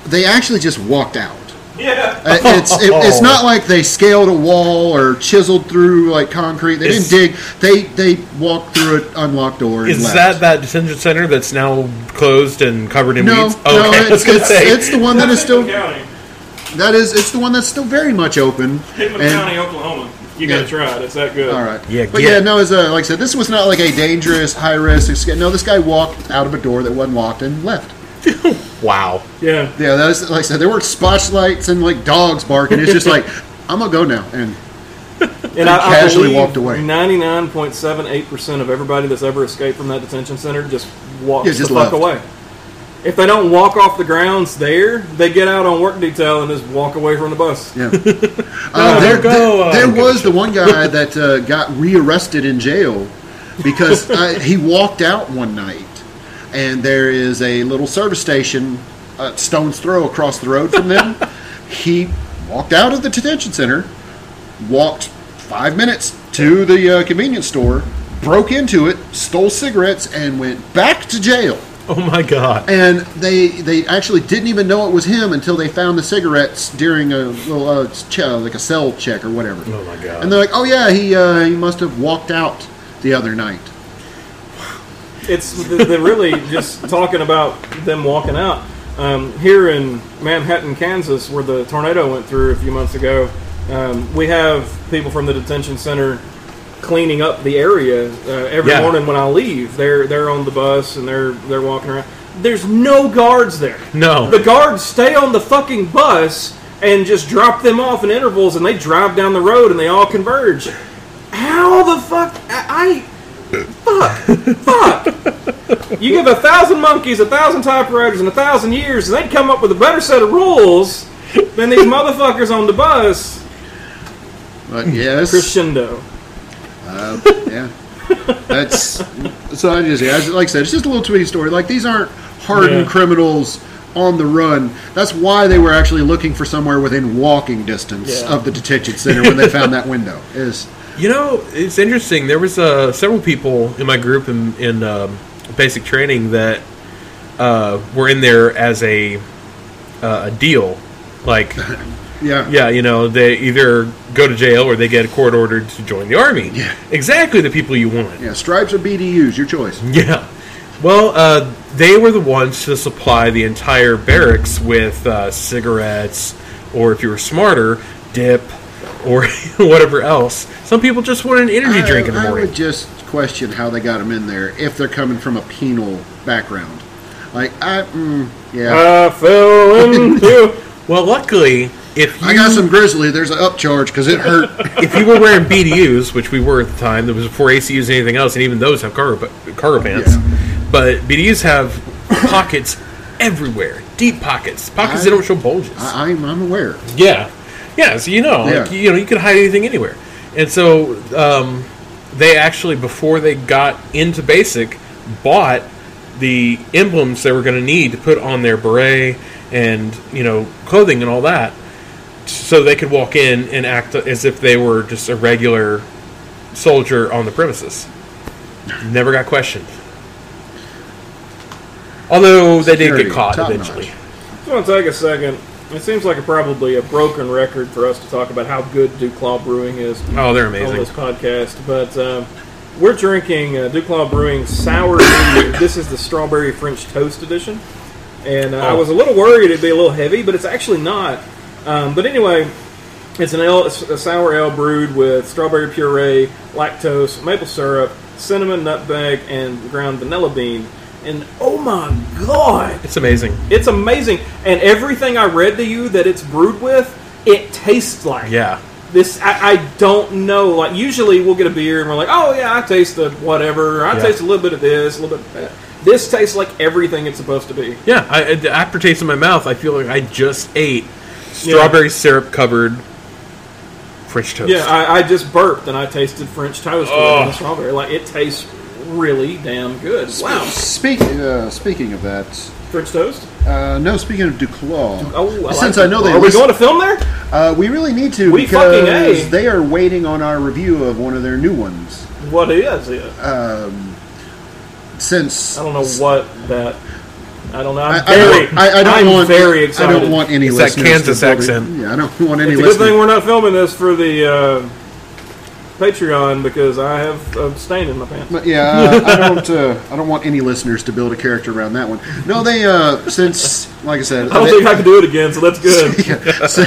they actually just walked out. Yeah. Uh, It's it, it's not Oh. like they scaled a wall or chiseled through like concrete. They Is- didn't dig. They they walked through an unlocked door. And Is left. that that detention center that's now closed and covered in no? weeds? No, Okay, I was it's, gonna it's, say. it's the one that is still County, that is it's the one that's still very much open. Hickman And- County, Oklahoma. You Yeah. gotta try it. It's that good. All right. Yeah, But get- yeah, no. As uh, like I said, this was not like a dangerous, high risk. escape. No, this guy walked out of a door that wasn't locked and left. wow. Yeah. Yeah, that was, like I said, there weren't spotlights and like dogs barking. It's just like I'm gonna go now, and And I, I casually believe walked away. Ninety-nine point seven eight percent of everybody that's ever escaped from that detention center just walks Yeah, just the fuck left. away. If they don't walk off the grounds there, they get out on work detail and just walk away from the bus. yeah. Uh, there go, there- uh, there go. was the one guy that uh, got rearrested in jail because uh, he walked out one night, and there is a little service station, uh, stone's throw across the road from them. he walked out of the detention center, walked five minutes to the uh, convenience store, broke into it, stole cigarettes, and went back to jail. Oh my god. and they they actually didn't even know it was him until they found the cigarettes during a little uh, ch- uh, like a cell check or whatever. Oh my god. And they're like, "Oh yeah, he uh, he must have walked out the other night." it's the, the really just talking about them walking out. Um, here in Manhattan, Kansas, where the tornado went through a few months ago, um, we have people from the detention center cleaning up the area uh, every Yeah. morning when I leave. They're they're on the bus and they're they're walking around. There's no guards there. No. The guards stay on the fucking bus and just drop them off in intervals, and they drive down the road and they all converge. How the fuck? I, I fuck, fuck. You give a thousand monkeys, a thousand typewriters, and a thousand years, and they'd come up with a better set of rules than these motherfuckers on the bus. But yes, Crescendo. Uh, yeah, that's so. I just, yeah, I just- like I said, it's just a little tweety story. Like these aren't hardened Yeah. criminals on the run. That's why they were actually looking for somewhere within walking distance Yeah. of the detention center when they found that window. Is You know, it's interesting. There was uh, several people in my group in, in um, basic training that uh, were in there as a uh, a deal, like yeah, yeah, you know, they either go to jail or they get a court order to join the army. Yeah. exactly the people you want. yeah. Stripes or BDUs, your choice. Yeah. Well, uh, they were the ones to supply the entire barracks with uh, cigarettes, or if you were smarter, dip, or whatever else. Some people just wanted an energy I- drink in the I morning. would just question how they got them in there if they're coming from a penal background. Like I, mm, yeah. I fell into. Well, luckily, if you I got some grizzly. There's an upcharge because it hurt. if you were wearing BDUs, which we were at the time, that was before ACUs and anything else, and even those have cargo, cargo pants. But BDUs have pockets everywhere, deep pockets, pockets that I- don't show bulges. I, I'm, I'm aware. Yeah, yeah. So you know, like, Yeah. you know, you could hide anything anywhere. And so um, they actually, before they got into basic, bought the emblems they were going to need to put on their beret and you know clothing and all that, so they could walk in and act as if they were just a regular soldier on the premises. Never got questioned. Although they did Security, get caught top eventually. notch. Just want to take a second. It seems like a, probably a broken record for us to talk about how good Duclaw Brewing is Oh, they're on amazing. this podcast, but um, we're drinking uh, Duclaw Brewing Sour. Emu. this is the Strawberry French Toast edition, and uh, I Oh. was a little worried it'd be a little heavy, but it's actually not. Um, but anyway, it's an ale, it's a sour ale brewed with strawberry puree, lactose, maple syrup, cinnamon, nutmeg, and ground vanilla bean. And oh my god! It's amazing. It's amazing. And everything I read to you that it's brewed with, it tastes like. Yeah. This I, I don't know. Like usually we'll get a beer and we're like, oh yeah, I taste the whatever. I Yeah. taste a little bit of this, a little bit of that. This tastes like everything it's supposed to be. Yeah, I, I- the aftertaste in my mouth, I feel like I just ate strawberry syrup covered French toast. Yeah, I, I just burped and I tasted French toast with Oh. the strawberry. Like it tastes really damn good. Wow, Speak, uh, speaking of that, French toast. uh, no. Speaking of Duclaw, Oh, like since it. I know they are we listen- going to film there? uh, we really need to We fucking because A. they are waiting on our review of one of their new ones. What is it? Since I don't know what that. I don't know. I'm I, I very, don't, I, I don't am want very I excited. don't want any It's that listeners Kansas to really- accent. Yeah, I don't want any It's a good listeners. thing we're not filming this for the uh, Patreon because I have a stain in my pants. But yeah, uh, I don't. Uh, I don't want any listeners to build a character around that one. No, they. Uh, since, like I said, I don't they- think I can do it again, so that's good. yeah, so,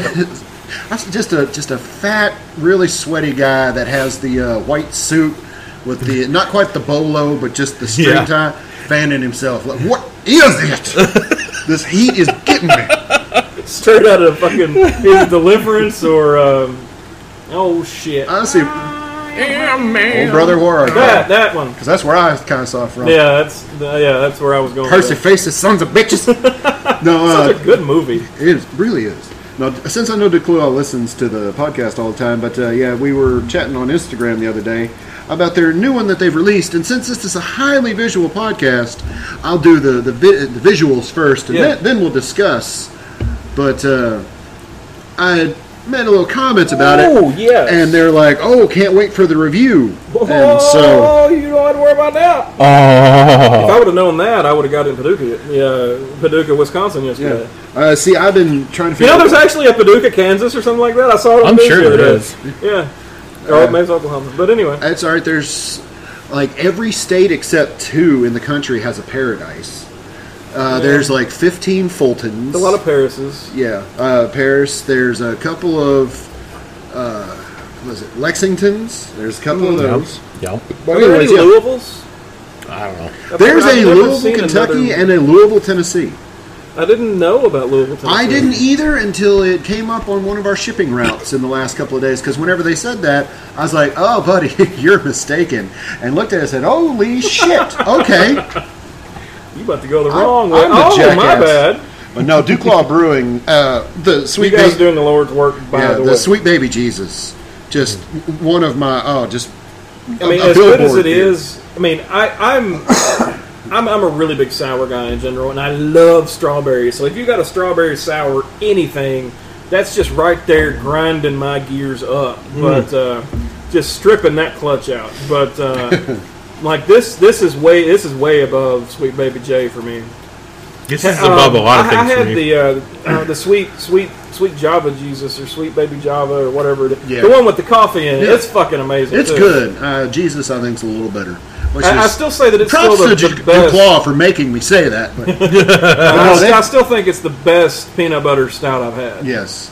that's just a just a fat, really sweaty guy that has the uh, white suit with the not quite the bolo, but just the string Yeah. tie, fanning himself. Like, what is it? this heat is getting me. Straight out of fucking either Deliverance or um, oh shit, Honestly, Yeah, old man. brother wore that that one. because that's where I kind of saw it from. Yeah, that's yeah, that's where I was going. with Percy that. faces sons of bitches. no, uh, Such a good movie. It is, really is. Now, since I know DeClua listens to the podcast all the time, but uh, yeah, we were chatting on Instagram the other day about their new one that they've released. And since this is a highly visual podcast, I'll do the the, vi- the visuals first, and Yeah. then, then we'll discuss. But uh, I had made a little comments about it, Oh yeah, and they're like, "Oh, can't wait for the review." oh, And so, you don't have to worry about that. If Oh. I would have known that, I would have got in Paducah, yeah, Paducah, Wisconsin yesterday. yeah. Uh, see, I've been trying to You figure. know, out there's actually a Paducah, Kansas, or something like that. I saw it. On I'm the news sure the other there day. is. Yeah, or maybe it's Oklahoma. But anyway, That's all right. There's like every state except two in the country has a paradise. Uh, There's like 15 Fultons. a lot of Paris's. yeah, uh, Paris. There's a couple of uh, what was it Lexingtons? There's a couple of those. Yeah. But Are there any anyways, yeah. Louisville's? I don't know. I've There's never- I've a never Louisville, seen Kentucky, another- and a Louisville, Tennessee. I didn't know about Louisville. Tennessee. I didn't either until it came up on one of our shipping routes in the last couple of days. Because whenever they said that, I was like, "Oh, buddy, you're mistaken," and looked at it and said, "Holy shit! Okay." You about to go the I'm- wrong way? I'm the oh, my jackass. bad. But no, Duclaw Brewing, uh, the You sweet, guys baby, are doing the Lord's work by yeah, the the, way. sweet baby Jesus, just one of my oh, just I mean, a as good billboard as it here. is, I mean, I, I'm, I'm I'm a really big sour guy in general, and I love strawberries. So if you got a strawberry sour, anything, that's just right there grinding my gears up. But uh, just stripping that clutch out. But uh, like this, this is way this is way above Sweet Baby J for me. This is Um, above a lot of I, things I had for me. the uh, uh, the sweet sweet sweet Java Jesus or sweet baby Java or whatever. it- Yeah. The one with the coffee in it. Yeah. It's fucking amazing. It's too. good. Uh, Jesus, I think's a little better. Which I, I is- still say that it's still props the, to the Ju- best. Duclaw for making me say that. But I, No, they- I still think it's the best peanut butter stout I've had yes,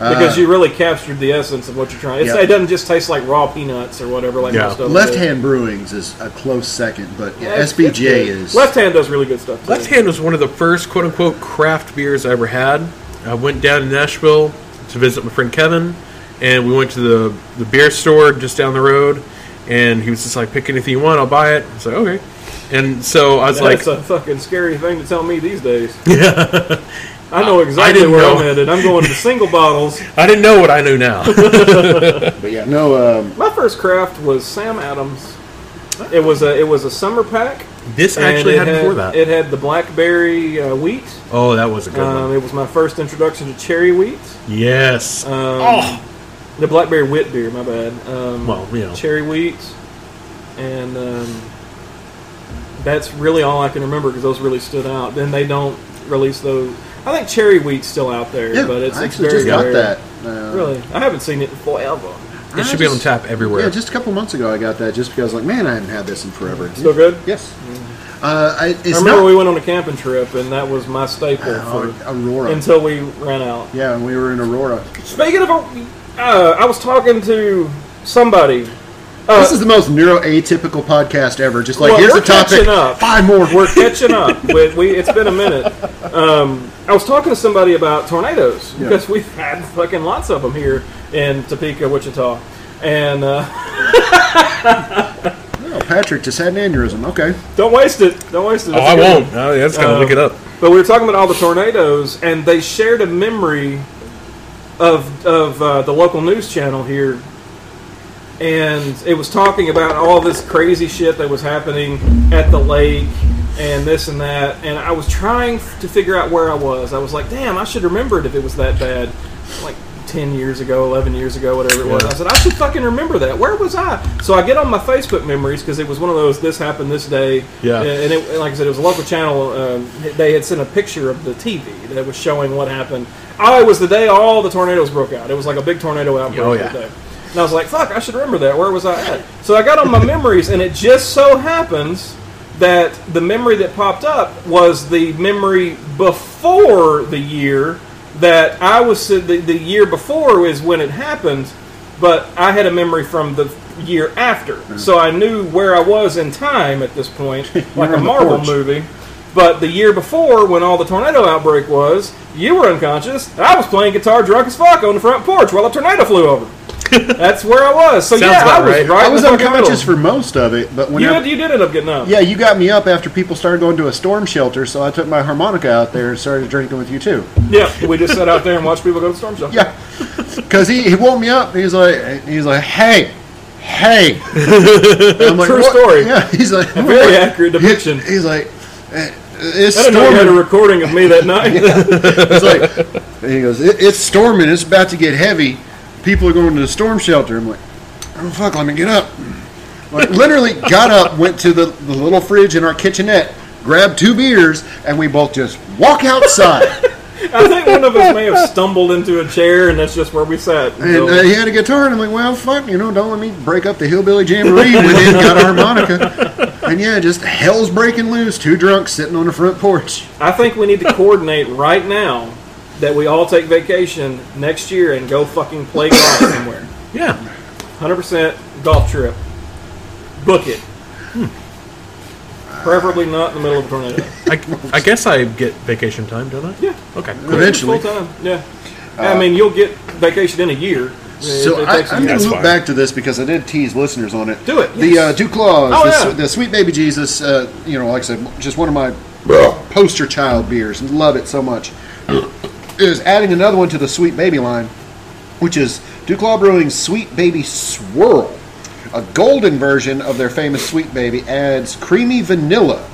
Uh, because you really captured the essence of what you're trying. It's, Yeah. It doesn't just taste like raw peanuts or whatever. Like Yeah. most of Left Hand Brewings is a close second, but yeah, SBJ is. Left hand does really good stuff. Too. Left Hand was one of the first quote unquote craft beers I ever had. I went down to Nashville to visit my friend Kevin, and we went to the, the beer store just down the road. And he was just like, pick anything you want, I'll buy it. I was like, okay. And so I was That's like, a fucking scary thing to tell me these days. Yeah. I know exactly didn't where know. I'm headed. I'm going to single bottles. I didn't know what I knew now. But yeah, no. Um, My first craft was Sam Adams. It was a it was a summer pack. this and actually it had before that. It had the blackberry uh, wheat. oh, that was a good Um, one. it was my first introduction to cherry wheat. Yes. Um, oh, The blackberry wheat beer, my bad. Um, well, you know. cherry wheat, and um, that's really all I can remember because those really stood out. Then they don't release those. I think cherry wheat's still out there, yeah, but it's, I it's actually very just got rare. that. Uh, Really, I haven't seen it in forever. It should be on tap everywhere. Yeah, just a couple months ago I got that just because, like, man, I haven't had this in forever. Still good. Yes. Uh, I, it's Mm-hmm. I remember not we went on a camping trip, and that was my staple Oh, for Aurora. until we ran out. yeah, and we were in Aurora. Speaking of, uh, I was talking to somebody. Uh, this is the most neuroatypical podcast ever. Just like Well, here's we're a topic, catching up. five more. We're catching up. We, we, it's been a minute. Um, I was talking to somebody about tornadoes Yeah. because we've had fucking lots of them here in Topeka, Wichita, and uh, Oh, Patrick just had an aneurysm. Okay, don't waste it. Don't waste it. oh, It's I good. won't. Oh, yeah, that's going to Um, look it up. But we were talking about all the tornadoes, and they shared a memory of of uh, the local news channel here, and it was talking about all this crazy shit that was happening at the lake and this and that. And I was trying f- to figure out where I was. I was like, "Damn, I should remember it if it was that bad." Like. 10 years ago, 11 years ago, whatever it was. Yeah. I said, I should fucking remember that. Where was I? So I get on my Facebook memories because it was one of those, this happened this day. Yeah. And and it, like I said, it was a local channel. Um, they had sent a picture of the TV that was showing what happened. Oh, it was the day all the tornadoes broke out. It was like a big tornado outbreak Oh, that yeah. day. And I was like, fuck, I should remember that. Where was I at? So I got on my memories, and it just so happens that the memory that popped up was the memory before the year that I was, the, the year before is when it happened, but I had a memory from the year Mm-hmm. after. So I knew where I was in time at this point, like were a on the Marvel porch. movie. But the year before, when all the tornado outbreak was, you were unconscious. and I was playing guitar drunk as fuck on the front porch while a tornado flew over. That's where I was. So Sounds yeah, I about was right. right. I was in the fucking unconscious middle. for most of it, but You whenever did, you did end up getting up. Yeah, you got me up after people started going to a storm shelter, so I took my harmonica out there and started drinking with you too. Yeah, we just sat out there and watched people go to storm shelter. Yeah, because he, he woke me up. And he's like, he's like, hey, hey. And I'm True "What?" story. Yeah, he's like, Very accurate depiction. he's like, "Eh, it's I didn't know you had a storming. recording of me that night. He's like, and he goes, "It- it's storming. It's about to get heavy. People are going to the storm shelter. I'm like, oh fuck, let me get up. Like, literally got up, went to the, the little fridge in our kitchenette, grabbed two beers, and we both just walk outside. I think one of us may have stumbled into a chair, and that's just where we sat. And uh, he had a guitar, and I'm like, well, fuck, you know, don't let me break up the hillbilly jamboree. Went in, got a harmonica, and yeah, just hell's breaking loose. Two drunks sitting on the front porch. I think we need to coordinate right now that we all take vacation next year and go fucking play golf somewhere. Yeah. Hundred percent golf trip. Book it. Preferably not in the middle of a tornado. I, I guess I get vacation time, don't I? Yeah. Okay. cool. Eventually, Full time. Yeah. I mean, you'll get vacation in a year. so It I, takes a I'm year. going That's to loop fine. back to this because I did tease listeners on it. Do it, The yes. uh, Duke Laws, Oh, the, yeah. su- the Sweet Baby Jesus. Uh, you know, like I said, just one of my poster child beers. Love it so much. Is adding another one to the Sweet Baby line, which is Duke Law Brewing's Sweet Baby Swirl. A golden version of their famous Sweet Baby adds creamy vanilla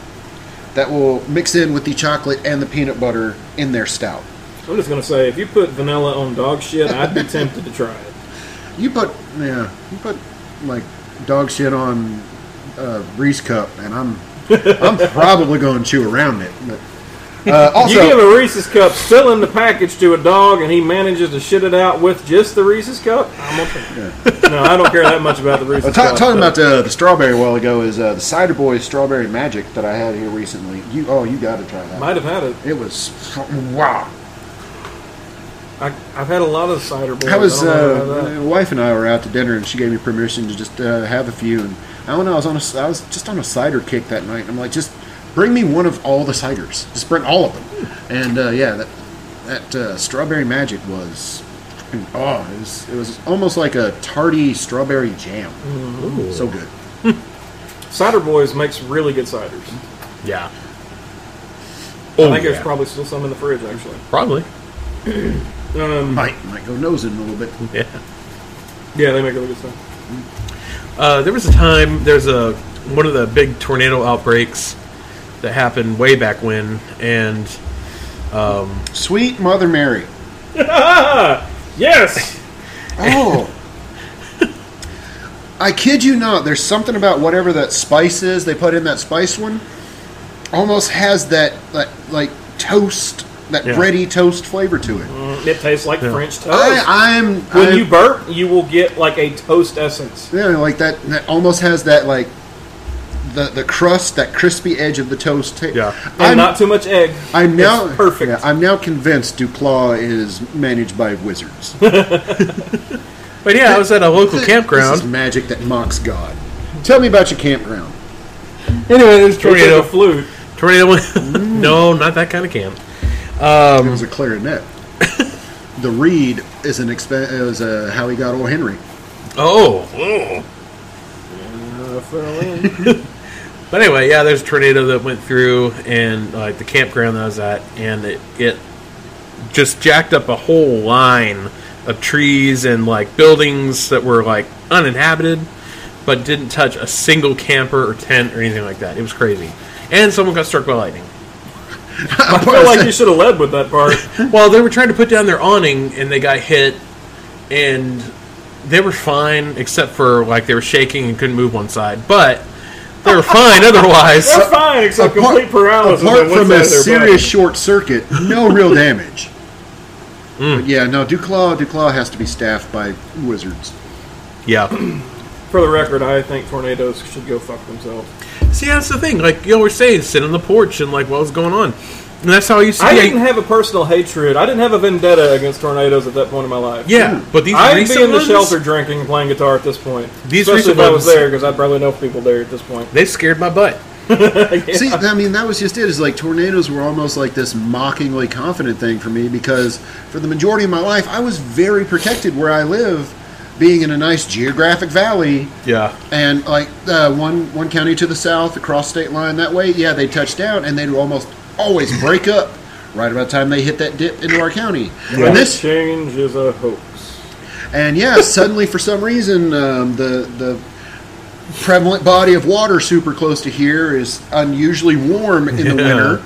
that will mix in with the chocolate and the peanut butter in their stout. I'm just gonna say, if you put vanilla on dog shit, I'd be tempted to try it. You put yeah, you put like dog shit on uh, Reese cup, and I'm I'm probably going to chew around it. But uh, also, You give a Reese's cup still in the package to a dog, and he manages to shit it out with just the Reese's cup. I'm okay. No, I don't care that much about the Reese's Uh, ta- cup. talking but about the, the strawberry a while ago is uh, the Cider Boys Strawberry Magic that I had here recently. You oh you got to try that. might have had it. it was wow. I, I've had a lot of cider. Boys. I was I don't know about that. uh, my wife and I were out to dinner and she gave me permission to just uh, have a few and I don't know I was on a, I was just on a cider kick that night and I'm like just bring me one of all the ciders just bring all of them and uh, yeah that that uh, strawberry magic was freaking- oh it was, it was almost like a tardy strawberry jam so good Cider Boys makes really good ciders. Yeah. Oh, I think yeah. there's probably still some in the fridge, actually. probably. might might go nosing a little bit Yeah. Yeah, they make really good stuff. Uh, there was a time. There's a one of the big tornado outbreaks that happened way back when, and sweet Mother Mary Yes, Oh. I kid you not, there's something about whatever that spice is they put in that spice one almost has that, that like toast, that Yeah. bready toast flavor to it. it tastes like French toast. I, I'm when I'm- Mm. Oh. you burp, you will get like a toast essence. yeah, like that that almost has that like the the crust, that crispy edge of the toast. ta- Yeah. And I'm not too much egg. I'm now It's perfect. yeah, I'm now convinced Duclaw is managed by wizards. but yeah, I was at a local This- campground. This is magic that mocks God. Tell me about your campground. anyway, there's a It's like a tornado. flute. Tornado. no, not that kind of camp. It was a clarinet. the reed is an expen- is uh, how he got old Henry. Oh. oh. Uh, fell in. But anyway, yeah, there's a tornado that went through, and like the campground that I was at, and it, it just jacked up a whole line of trees and like buildings that were like uninhabited, but didn't touch a single camper or tent or anything like that. It was crazy, and someone got struck by lightning. I feel like you should have led with that part. Well, they were trying to put down their awning and they got hit, and they were fine except for like they were shaking and couldn't move one side, but they were fine otherwise. They're fine, except complete paralysis. apart on one from side a of their serious body. short circuit, no real damage. Hmm. But yeah, no, Duclaw Duclaw has to be staffed by wizards. Yeah. For the record, I think tornadoes should go fuck themselves. See, that's the thing. Like you always say, sit on the porch and like, what was going on? And that's how you see. I didn't have a personal hatred. I didn't have a vendetta against tornadoes at that point in my life. yeah, but these I'd recent be in the ones, shelter drinking and playing guitar at this point. These recent Especially if I was ones- there, because I'd probably know people there at this point. They scared my butt. See, I mean, that was just it. Is like tornadoes were almost like this mockingly confident thing for me because for the majority of my life, I was very protected where I live, being in a nice geographic valley. Yeah. And like uh, one one county to the south, across state line that way, yeah, they touch down and they'd almost always break up right about the time they hit that dip into our county. And This this change is a hoax. and yeah, suddenly for some reason um, the the prevalent body of water super close to here is unusually warm in the Yeah. winter.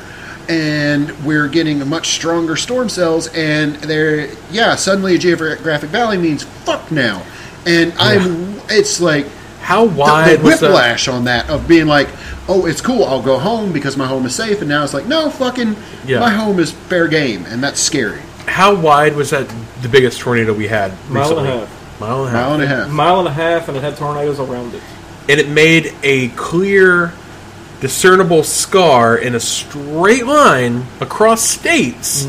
And we're getting much stronger storm cells, and they're yeah. Suddenly, a geographic valley means fuck now, and I'm. It's like How the, wide the was that? whiplash on that of being like, oh, it's cool, I'll go home because my home is safe, and now it's like, no, fucking, Yeah. my home is fair game, and that's scary. How wide was that? The biggest tornado we had Mile and recently. a half. Mile and a half. Mile and a half. Mm. Mile and a half, and it had tornadoes around it. and it made a clear, discernible scar in a straight line across states.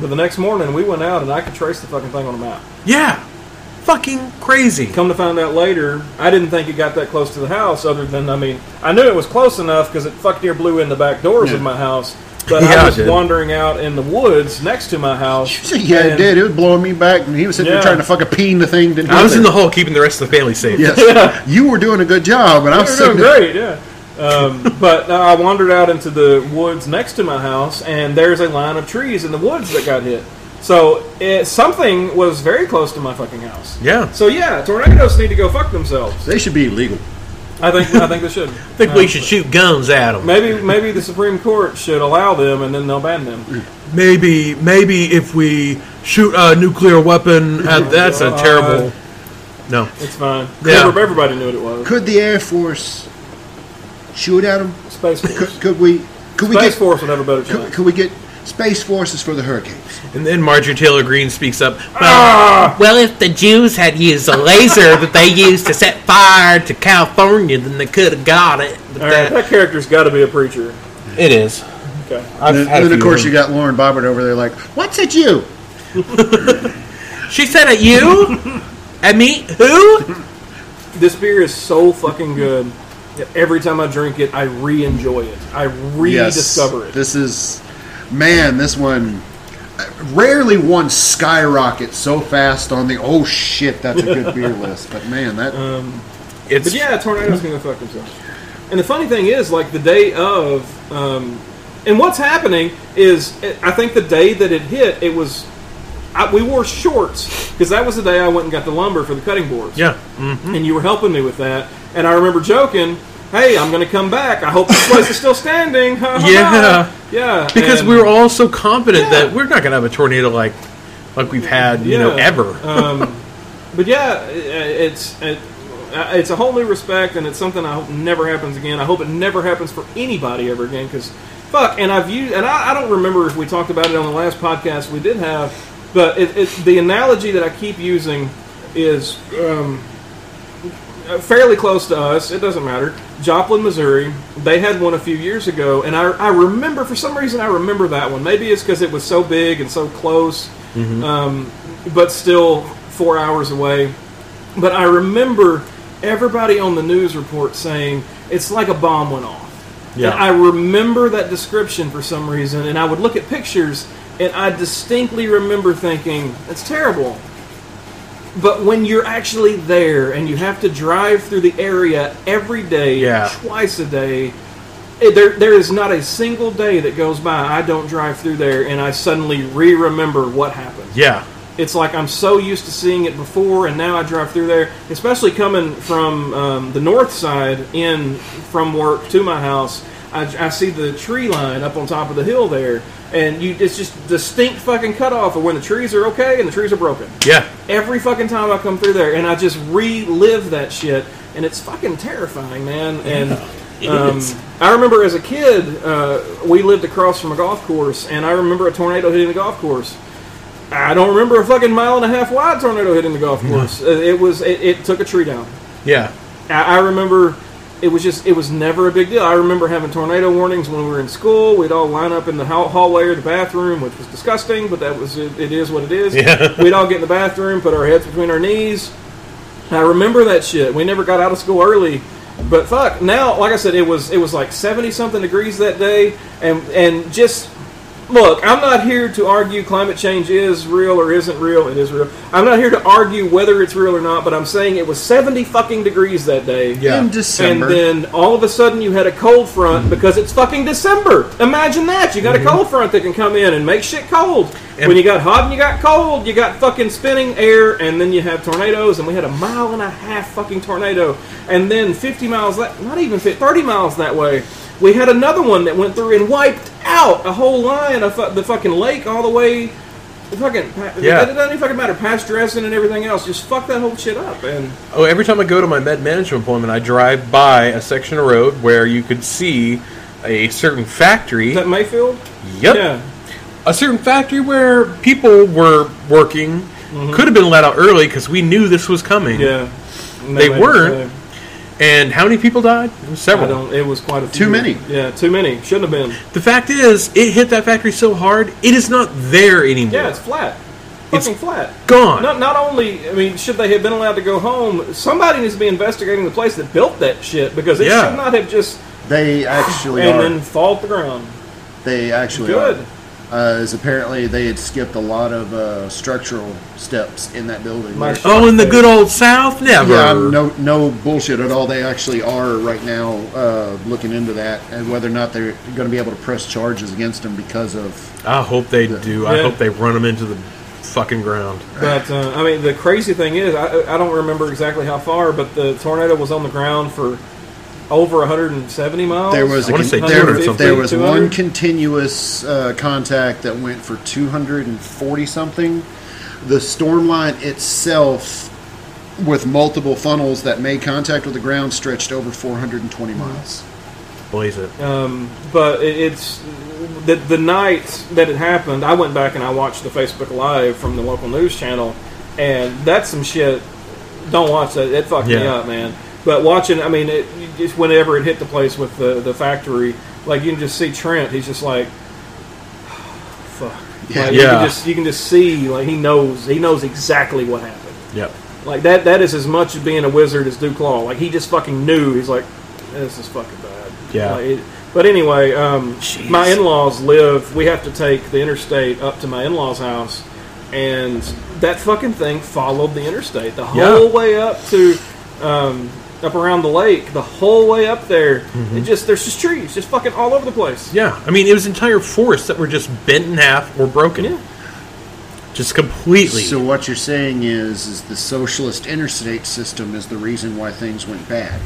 But the next morning, we went out, and I could trace the fucking thing on a map. Yeah, fucking crazy. Come to find out later, I didn't think it got that close to the house. Other than, I mean, I knew it was close enough because it fuck near blew in the back doors of my house. But Yeah, I it was did. wandering out in the woods next to my house. yeah, it and- did. It was blowing me back, and he was sitting Yeah. there trying to fucking peen the thing. Didn't I was in the happen. hole keeping the rest of the family safe. Yes, you were doing a good job, and I'm They were sitting doing there. great, yeah. Um, but uh, I wandered out into the woods next to my house, and there's a line of trees in the woods that got hit. So it, something was very close to my fucking house. Yeah. So yeah, tornadoes need to go fuck themselves. They should be illegal. I think I think they should. I think we should shoot guns at them. Maybe maybe the Supreme Court should allow them, and then they'll ban them. Maybe maybe if we shoot a nuclear weapon at that's a terrible No. It's fine. Yeah. Every- Everybody knew what it was. Could the Air Force shoot at them? Space Force. Could, could we? Could we Space get? Force would have a better Could, chance. could we get space forces for the hurricanes? And then Marjorie Taylor Greene speaks up. Ah! Well, if the Jews had used a laser that they used to set fire to California, then they could have got it. But All right, that, that character's got to be a preacher. it is. Okay. I've And had a then, of few course, them. you got Lauren Bobbert over there, like, "What's at you?" She said at you? at me? Who? This beer is so fucking good that every time I drink it, I re-enjoy it. I rediscover it. This is, man, this one. Rarely one skyrockets so fast on the oh shit that's a good beer list, but man that Uh, It's But yeah, tornadoes can go fuck themselves. And the funny thing is, like the day of, um, and what's happening is, I think the day that it hit, it was, I, we wore shorts because that was the day I went and got the lumber for the cutting boards. yeah. And you were helping me with that, and I remember joking, "Hey, I'm going to come back. I hope this place is still standing." Ha, ha, ha." Yeah. yeah. Because and- we were all so confident Yeah. that we're not gonna have a tornado like like we've had, you know, Yeah. Uh, ever. But yeah, i- i- it's it, uh, it's a whole new respect, and it's something I hope never happens again. I hope it never happens for anybody ever again, because fuck. And I've used, and I, I don't remember if we talked about it on the last podcast we did have, but it, it, the analogy that I keep using is um, uh, fairly close to us. It doesn't matter. Joplin, Missouri. They had one a few years ago, and I, I remember for some reason I remember that one. Maybe it's because it was so big and so close but still four hours away. But I remember everybody on the news report saying it's like a bomb went off. Yeah. And I remember that description for some reason, and I would look at pictures, and I distinctly remember thinking, "That's terrible." But when you're actually there and you have to drive through the area every day, Yeah. twice a day, it- there there is not a single day that goes by I don't drive through there and I suddenly re-remember what happened yeah. it's like I'm so used to seeing it before, and now I drive through there, especially coming from um, the north side in from work to my house. I, I see the tree line up on top of the hill there, and you it's just distinct fucking cutoff of when the trees are okay and the trees are broken. Yeah. Every fucking time I come through there, and I just relive that shit, and it's fucking terrifying, man. And It um, is. I remember as a kid, uh, we lived across from a golf course, and I remember a tornado hitting the golf course. I don't remember a fucking mile and a half wide tornado hitting the golf course. Uh, It was it, it took a tree down. Yeah. I, I remember it was just it was never a big deal. I remember having tornado warnings when we were in school. We'd all line up in the hall- hallway or the bathroom, which was disgusting, but that was it, it is what it is. Yeah. We'd all get in the bathroom, put our heads between our knees. I remember that shit. We never got out of school early. But fuck, now like I said, it was it was like seventy something degrees that day, and and just look, I'm not here to argue climate change is real or isn't real. It is real. I'm not here to argue whether it's real or not, but I'm saying it was 70 fucking degrees that day. Yeah. in December And then all of a sudden you had a cold front because it's fucking December. Imagine that. You got a cold front that can come in and make shit cold. Mm-hmm. And- when you got hot and you got cold, you got fucking spinning air and then you have tornadoes and we had a mile and a half fucking tornado. And then 50 miles that not even fit 30 miles that way. We had another one that went through and wiped out a whole line of fu- the fucking lake all the way the fucking Yeah. it doesn't even fucking matter past dressing and everything else. Just fuck that whole shit up and Oh, every time I go to my med management appointment, I drive by a section of road where you could see a certain factory. is that Mayfield? yep. Yeah. A certain factory where people were working, could have been let out early because we knew this was coming. Mm-hmm. Yeah, And They made weren't. it, And how many people died? It was so I several. don't. It was quite a few. Too many. Yeah, too many. Shouldn't have been. The fact is, it hit that factory so hard, it is not there anymore. Yeah, it's flat. It's- Fucking flat. gone. Not not only. I mean, should they have been allowed to go home? Somebody needs to be investigating the place that built that shit because it Yeah. should not have just they actually and are then fall to the ground. they actually Good. are uh, is apparently they had skipped a lot of uh, structural steps in that building. My Which- Oh, in the good old South, never. yeah, I'm no no bullshit at all. They actually are right now uh, looking into that and whether or not they're going to be able to press charges against them because of. I hope they do. I Yeah. hope they run them into the fucking ground. But uh, I mean, the crazy thing is, I, I don't remember exactly how far, but the tornado was on the ground for over 170 miles. There was I a wanna say there, 200 or something. there was 200? one continuous uh, contact that went for two hundred and forty something. The storm line itself, with multiple funnels that made contact with the ground, stretched over four hundred and twenty miles. Blaze it. Um, but it, it's the, the night that it happened. I went back and I watched the Facebook Live from the local news channel, and that's some shit. Don't watch that. It fucked me Yeah. up, man. But watching, I mean, it, you just whenever it hit the place with the, the factory, like you can just see Trent. He's just like, fuck. Yeah. Like, You Yeah. can just you can just see like he knows he knows exactly what happened. Yep. Like that that is as much of being a wizard as Duke Law. Like he just fucking knew. He's like, this is fucking bad. Yeah. Like, it- but anyway, um, my in-laws live. We have to take the interstate up to my in-laws' house, and that fucking thing followed the interstate the Yeah. whole way up to. Um, up around the lake, the whole way up there, Mm-hmm. it just there's just trees, just fucking all over the place. Yeah. I mean, it was entire forests that were just bent in half or broken. Yeah. Just completely. So what you're saying is, is the socialist interstate system is the reason why things went bad.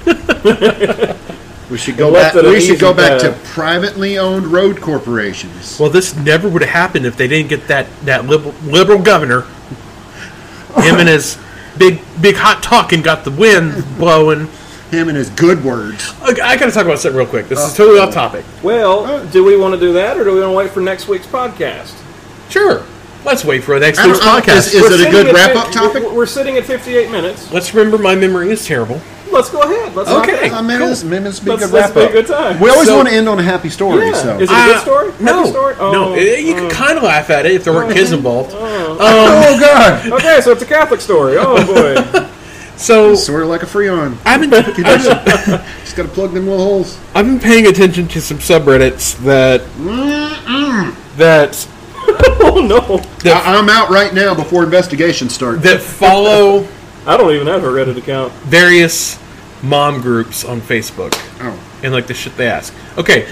we should go It back. left it an We should go easy back to path. privately owned road corporations. well, this never would have happened if they didn't get that that liberal, liberal governor. Him and his big big hot talking got the wind blowing. Him and his good words. Okay, I gotta talk about something real quick. This is totally off topic. Well, do we want to do that, or do we want to wait for next week's podcast? Sure. Let's wait for next I week's don't know, podcast. is- is- We're it a sitting good at fif- wrap-up topic? We're, we're sitting at 58 minutes. Let's remember my memory is terrible. Let's go ahead. Let's Okay. knock it out. I mean, it's, I mean, it's been a Let's, good let's wrap be a up. good time. We always So- want to end on a happy story. Yeah. So Is it a good Uh, story? Happy No, story? no. Oh, eh, you could kind of laugh at it if there weren't kids involved. oh god, okay, so it's a Catholic story. Oh boy. So Oh. sort of like a Freon. I've been I've been, Just got to plug them little holes. I've been paying attention to some subreddits that that oh no. I, I'm out right now before investigations start. that follow I don't even have a Reddit account. various mom groups on Facebook oh, and like the shit they ask. Okay,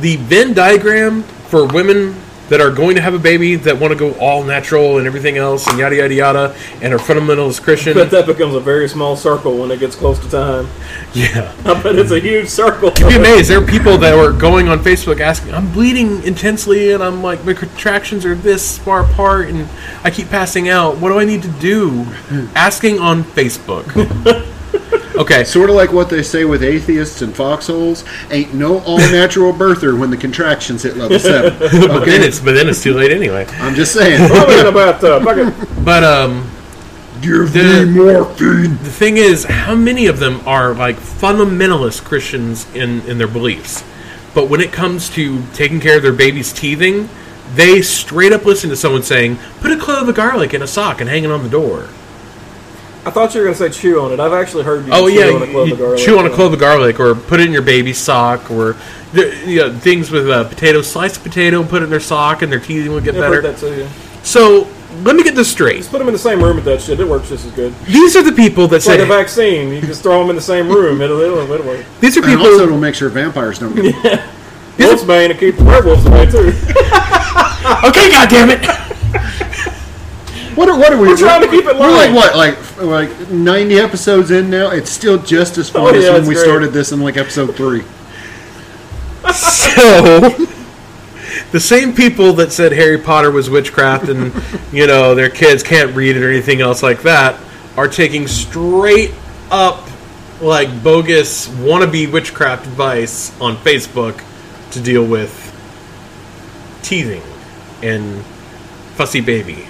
the Venn diagram for women that are going to have a baby that want to go all natural and everything else and yada yada yada and are fundamentalist Christian. But that becomes a very small circle when it gets close to time. yeah. I bet it's a huge circle. You'd be amazed. There are people that were going on Facebook asking, "I'm bleeding intensely, and I'm like my contractions are this far apart, and I keep passing out. What do I need to do?" Asking on Facebook. okay, so sort of like what they say with atheists and foxholes. Ain't no all natural birther when the contractions hit level seven. but then it's but then it's too late anyway. I'm just saying. Probably in about uh, bucket. But um, Give The- me morphine. the thing is, how many of them are like fundamentalist Christians in in their beliefs? But when it comes to taking care of their baby's teething, they straight up listen to someone saying, "Put a clove of garlic in a sock and hang it on the door." I thought you were going to say chew on it. I've actually heard you Oh chew yeah, on a you- clove you of garlic. chew on a clove of garlic, or put it in your baby's sock, or th- you know, things with uh, potato, slice a potato, put it in their sock, and their teething will get Yeah, I've better. heard that too. Yeah. So let me get this straight: Just put them in the same room with that shit. It works just as good. these are the people that It's like say a vaccine. You just throw them in the same room. It'll, it'll, it'll work. these are And also people. it'll make sure vampires don't get Wolf's Bane and keep the werewolves away too. Okay, goddamn it! What are, what are we? We're trying to keep it We're like light. what, like like ninety episodes in now. It's still just as funny Oh, yeah, as when it's we great. started this in like episode three. So the same people that said Harry Potter was witchcraft and you know their kids can't read it or anything else like that are taking straight up like bogus wannabe witchcraft advice on Facebook to deal with teething and fussy baby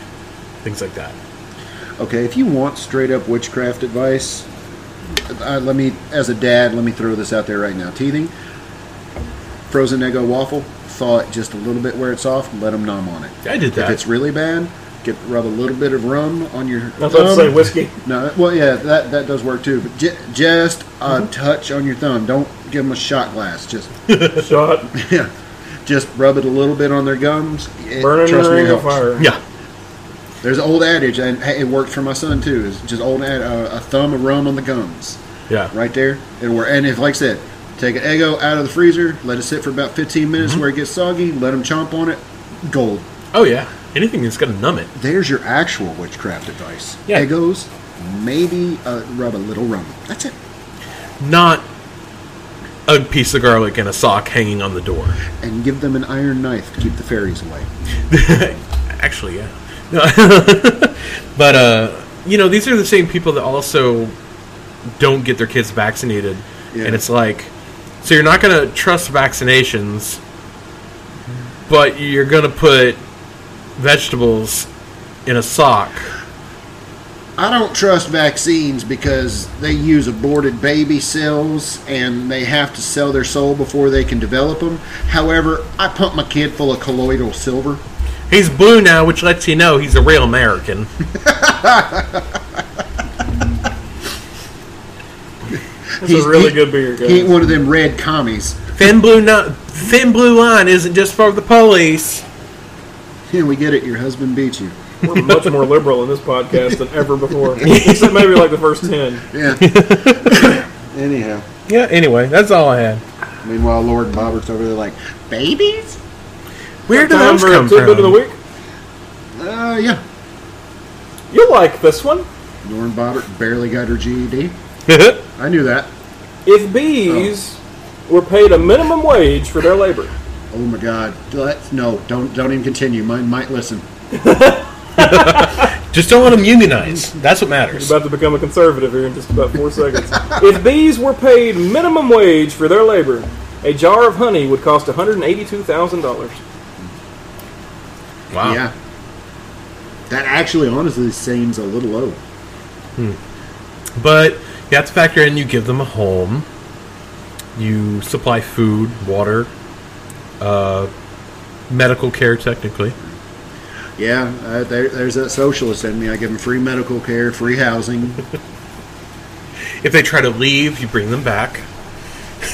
things like that. Okay, if you want straight up witchcraft advice, uh, let me as a dad, let me throw this out there right now. Teething, frozen Eggo waffle, thaw it just a little bit where it's soft, and let them nom on it. I did If that. it's really bad, get rub a little bit of rum on your. I was about to say Um, thumb. whiskey. No, well, yeah, that that does work too. But j- Mm-hmm. just a touch on your thumb. Don't give them a shot glass. Just Shot. yeah, Just rub it a little bit on their gums. It, Burning in trust the me, it ring of helps. fire. Yeah. There's an old adage, and hey, it worked for my son too. Is just old ad, uh, a thumb of rum on the gums, Yeah. right there. It'll work. And if, like I said, take an Eggo out of the freezer, let it sit for about 15 minutes where it gets soggy, let them chomp on it, gold. Oh yeah. Anything that's gonna numb it. There's your actual witchcraft advice. Yeah. Eggos, maybe uh, rub a little rum. That's it. Not a piece of garlic and a sock hanging on the door. And give them an iron knife to keep the fairies away. Actually, yeah. No. but uh, you know, these are the same people that also don't get their kids vaccinated, Yeah. and it's like, so you're not going to trust vaccinations, but you're going to put vegetables in a sock. I don't trust vaccines because they use aborted baby cells and they have to sell their soul before they can develop them. However, I pump my kid full of colloidal silver. He's blue now, which lets you know he's a real American. It's a really good beer, guys. He ain't one of them red commies. thin blue, no, thin blue line isn't just for the police. Yeah, we get it. Your husband beat you. We're much more liberal in this podcast than ever before. Except maybe like the first ten. Yeah. Anyhow. Yeah. Anyway, that's all I had. Meanwhile, Lord Bobbert's over there like, babies? Where did Time those for a come tidbit of the from? week. Uh, yeah. You'll like this one. Lauren Bobbert barely got her GED. I knew that. If bees were paid a minimum wage for their labor, Oh my God. Let, no, don't don't even continue. Mine might listen. Just don't let them unionize. That's what matters. you're about to become a conservative here in just about four seconds. If bees were paid minimum wage for their labor, a jar of honey would cost $182,000. Wow. Yeah. That actually, honestly, seems a little low. But you have to factor in you give them a home, you supply food, water, uh, medical care, technically. Yeah, uh, there, there's that socialist in me. I give them free medical care, free housing. If they try to leave, you bring them back.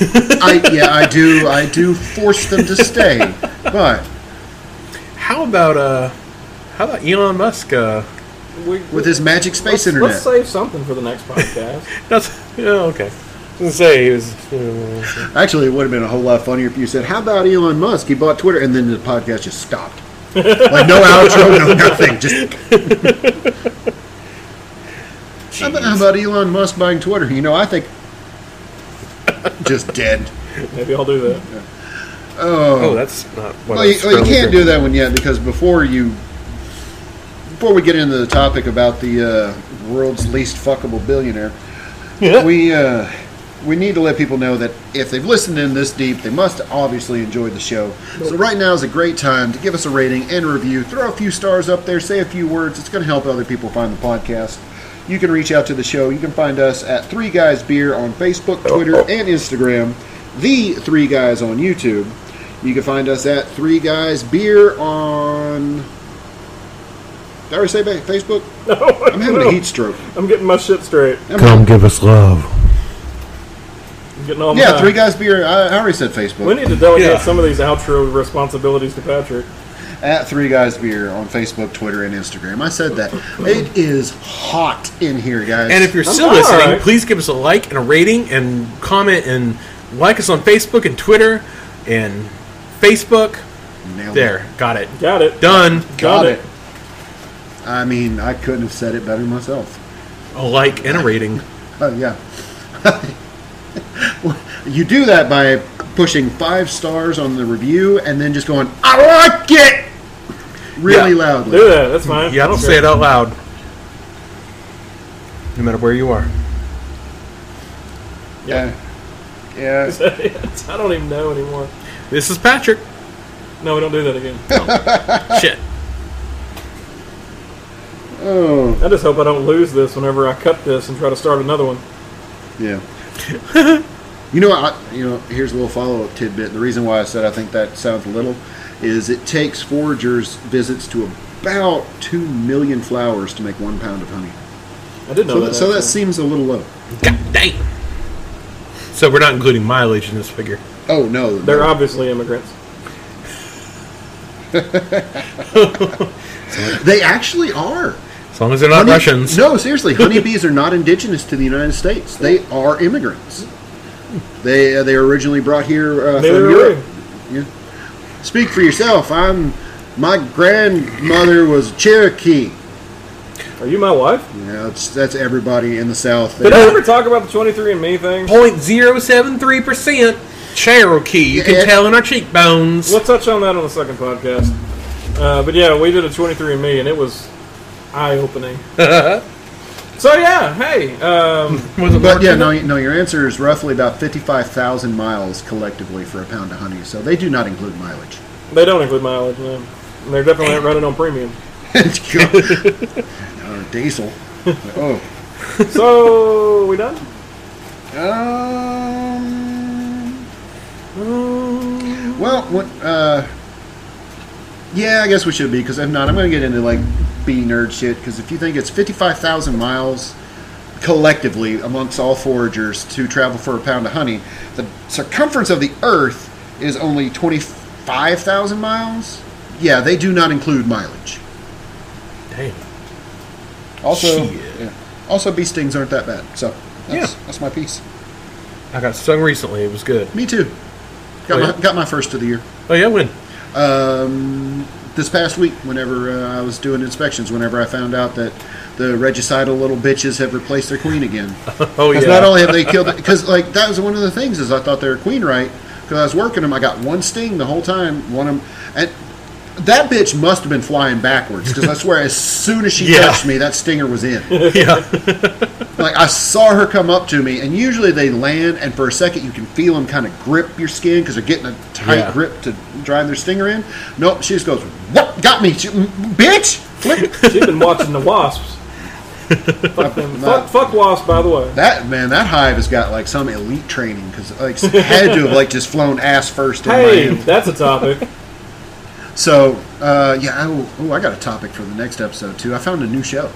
I yeah, I do. I do force them to stay. But How about uh, how about Elon Musk? Uh, We, with his magic space let's, internet, Let's save something for the next podcast. that's yeah, okay. I was gonna say he was. uh, actually, it would have been a whole lot funnier if you said, "How about Elon Musk? He bought Twitter," and then the podcast just stopped. like no outro, no nothing. Just how about, how about Elon Musk buying Twitter? You know, I think just dead. Maybe I'll do that. oh, that's not. What Well, you, well, you can't do that one yet because before you, before we get into the topic about the uh, world's least fuckable billionaire, we uh, we need to let people know that if they've listened in this deep, they must obviously enjoy the show. So right now is a great time to give us a rating and review. Throw a few stars up there, say a few words. It's going to help other people find the podcast. You can reach out to the show. You can find us at Three Guys Beer on Facebook, Twitter, and Instagram. The Three Guys on YouTube. You can find us at Three Guys Beer on. Did I already say ba- Facebook? No. I'm having a heat stroke. I'm getting my shit straight. Come give us love. I'm getting all Yeah, my- Three Guys Beer. I, I already said Facebook. We need to delegate Yeah. some of these outro responsibilities to Patrick. at Three Guys Beer on Facebook, Twitter, and Instagram. I said that. It is hot in here, guys. And if you're still all listening, right. please give us a like and a rating and comment and like us on Facebook and Twitter and Facebook. Nailed it. There, got it. Got it. Done. got Got it. it. I mean, I couldn't have said it better myself. A like and a rating. Oh yeah. you do that by pushing five stars on the review and then just going, "I like it," really Yeah. loudly. Do that. That's fine. You I have to don't say it out loud. No matter where you are. Yeah. care. Yeah. I don't even know anymore. This is Patrick. No, we don't do that again. Shit. Oh. I just hope I don't lose this whenever I cut this and try to start another one. Yeah. you know, I, you know. Here's a little follow-up tidbit. The reason why I said I think that sounds little is it takes foragers' visits to about two million flowers to make one pound of honey. I did know So, that. that, so that actually. seems a little low. God damn. So we're not including mileage in this figure. Oh no, They're no. obviously immigrants. They actually are. As long as they're not Honey- Russians. No, seriously, honeybees are not indigenous to the United States. They are immigrants. They uh, they were originally brought here uh, from Neither Europe. are Speak for yourself. I'm my grandmother was Cherokee. we. Are you my wife? Yeah, that's, that's everybody in the South. Did I ever talk about the 23andMe thing? 0.073% Cherokee. You can Yeah. tell in our cheekbones. We'll touch on that on the second podcast. Uh, but yeah, we did a 23andMe, and it was eye opening. so yeah, hey, um, Was it But Lord yeah, Kibble? no, no. Your answer is roughly about fifty-five thousand miles collectively for a pound of honey. So they do not include mileage. they don't include mileage. No. And They're definitely not running on premium. or diesel. Oh, So we done? um, well, what? Uh, yeah, I guess we should be because if not, I'm going to get into like B nerd shit. Because if you think it's fifty-five thousand miles collectively amongst all foragers to travel for a pound of honey, the circumference of the Earth is only twenty-five thousand miles. Yeah, they do not include mileage. Damn. Also, Shit. yeah. also bee stings aren't that bad. So that's, that's my piece. I got stung recently. It was good. Me too. Got Oh, my yeah? got my first of the year. Oh yeah, when? Um, this past week, whenever uh, I was doing inspections, whenever I found out that the regicidal little bitches have replaced their queen again. Oh yeah. Because not only have they killed, because like that was one of the things is I thought they were queen right because I was working them. I got one sting the whole time. One of them, and that bitch must have been flying backwards because I swear, as soon as she Yeah. touched me, that stinger was in. yeah. Like I saw her come up to me, and usually they land, and for a second you can feel them kind of grip your skin because they're getting a tight Yeah. grip to drive their stinger in. Nope, she just goes, "What got me, She- m- bitch?" Flip. She's been watching the wasps. fuck, them. fuck, fuck wasps, by the way. that man, that hive has got like some elite training because like had to have like just flown ass first. In Hey, my hand. that's a topic. so uh, yeah, oh, oh, I got a topic for the next episode too. I found a new show.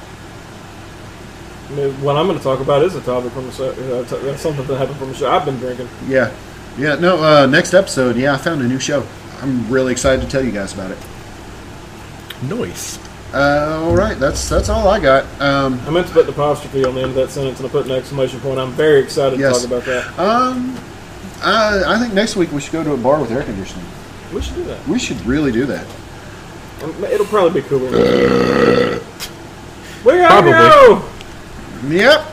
I mean, what I'm going to talk about is a topic from the show. Uh, t- that's something that happened from the show. I've been drinking. Yeah, yeah, no, uh, next episode. Yeah, I found a new show. I'm really excited to tell you guys about it. Nice. Uh, all right, that's that's all I got. Um, I meant to put an apostrophe on the end of that sentence, and I put an exclamation point. I'm very excited Yes. to talk about that. Um, I, I think next week we should go to a bar with air conditioning. We should do that. We should really do that. Um, It'll probably be cooler. we gotta Probably. go. Yep.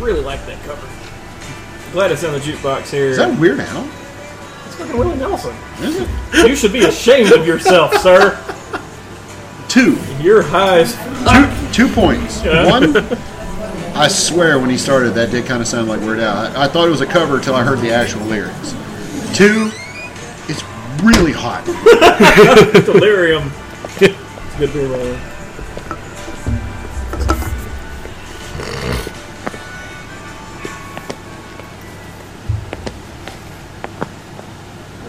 Really like that cover. Glad it's on the jukebox here. Is that Weird Al? It's fucking Willie Nelson. Is it? You should be ashamed of yourself, sir. Two. You're high as Two, two points. One, I swear when he started, that did kind of sound like Weird Al. I, I thought it was a cover till I heard the actual lyrics. Two, it's really hot. delirium. it's good being around.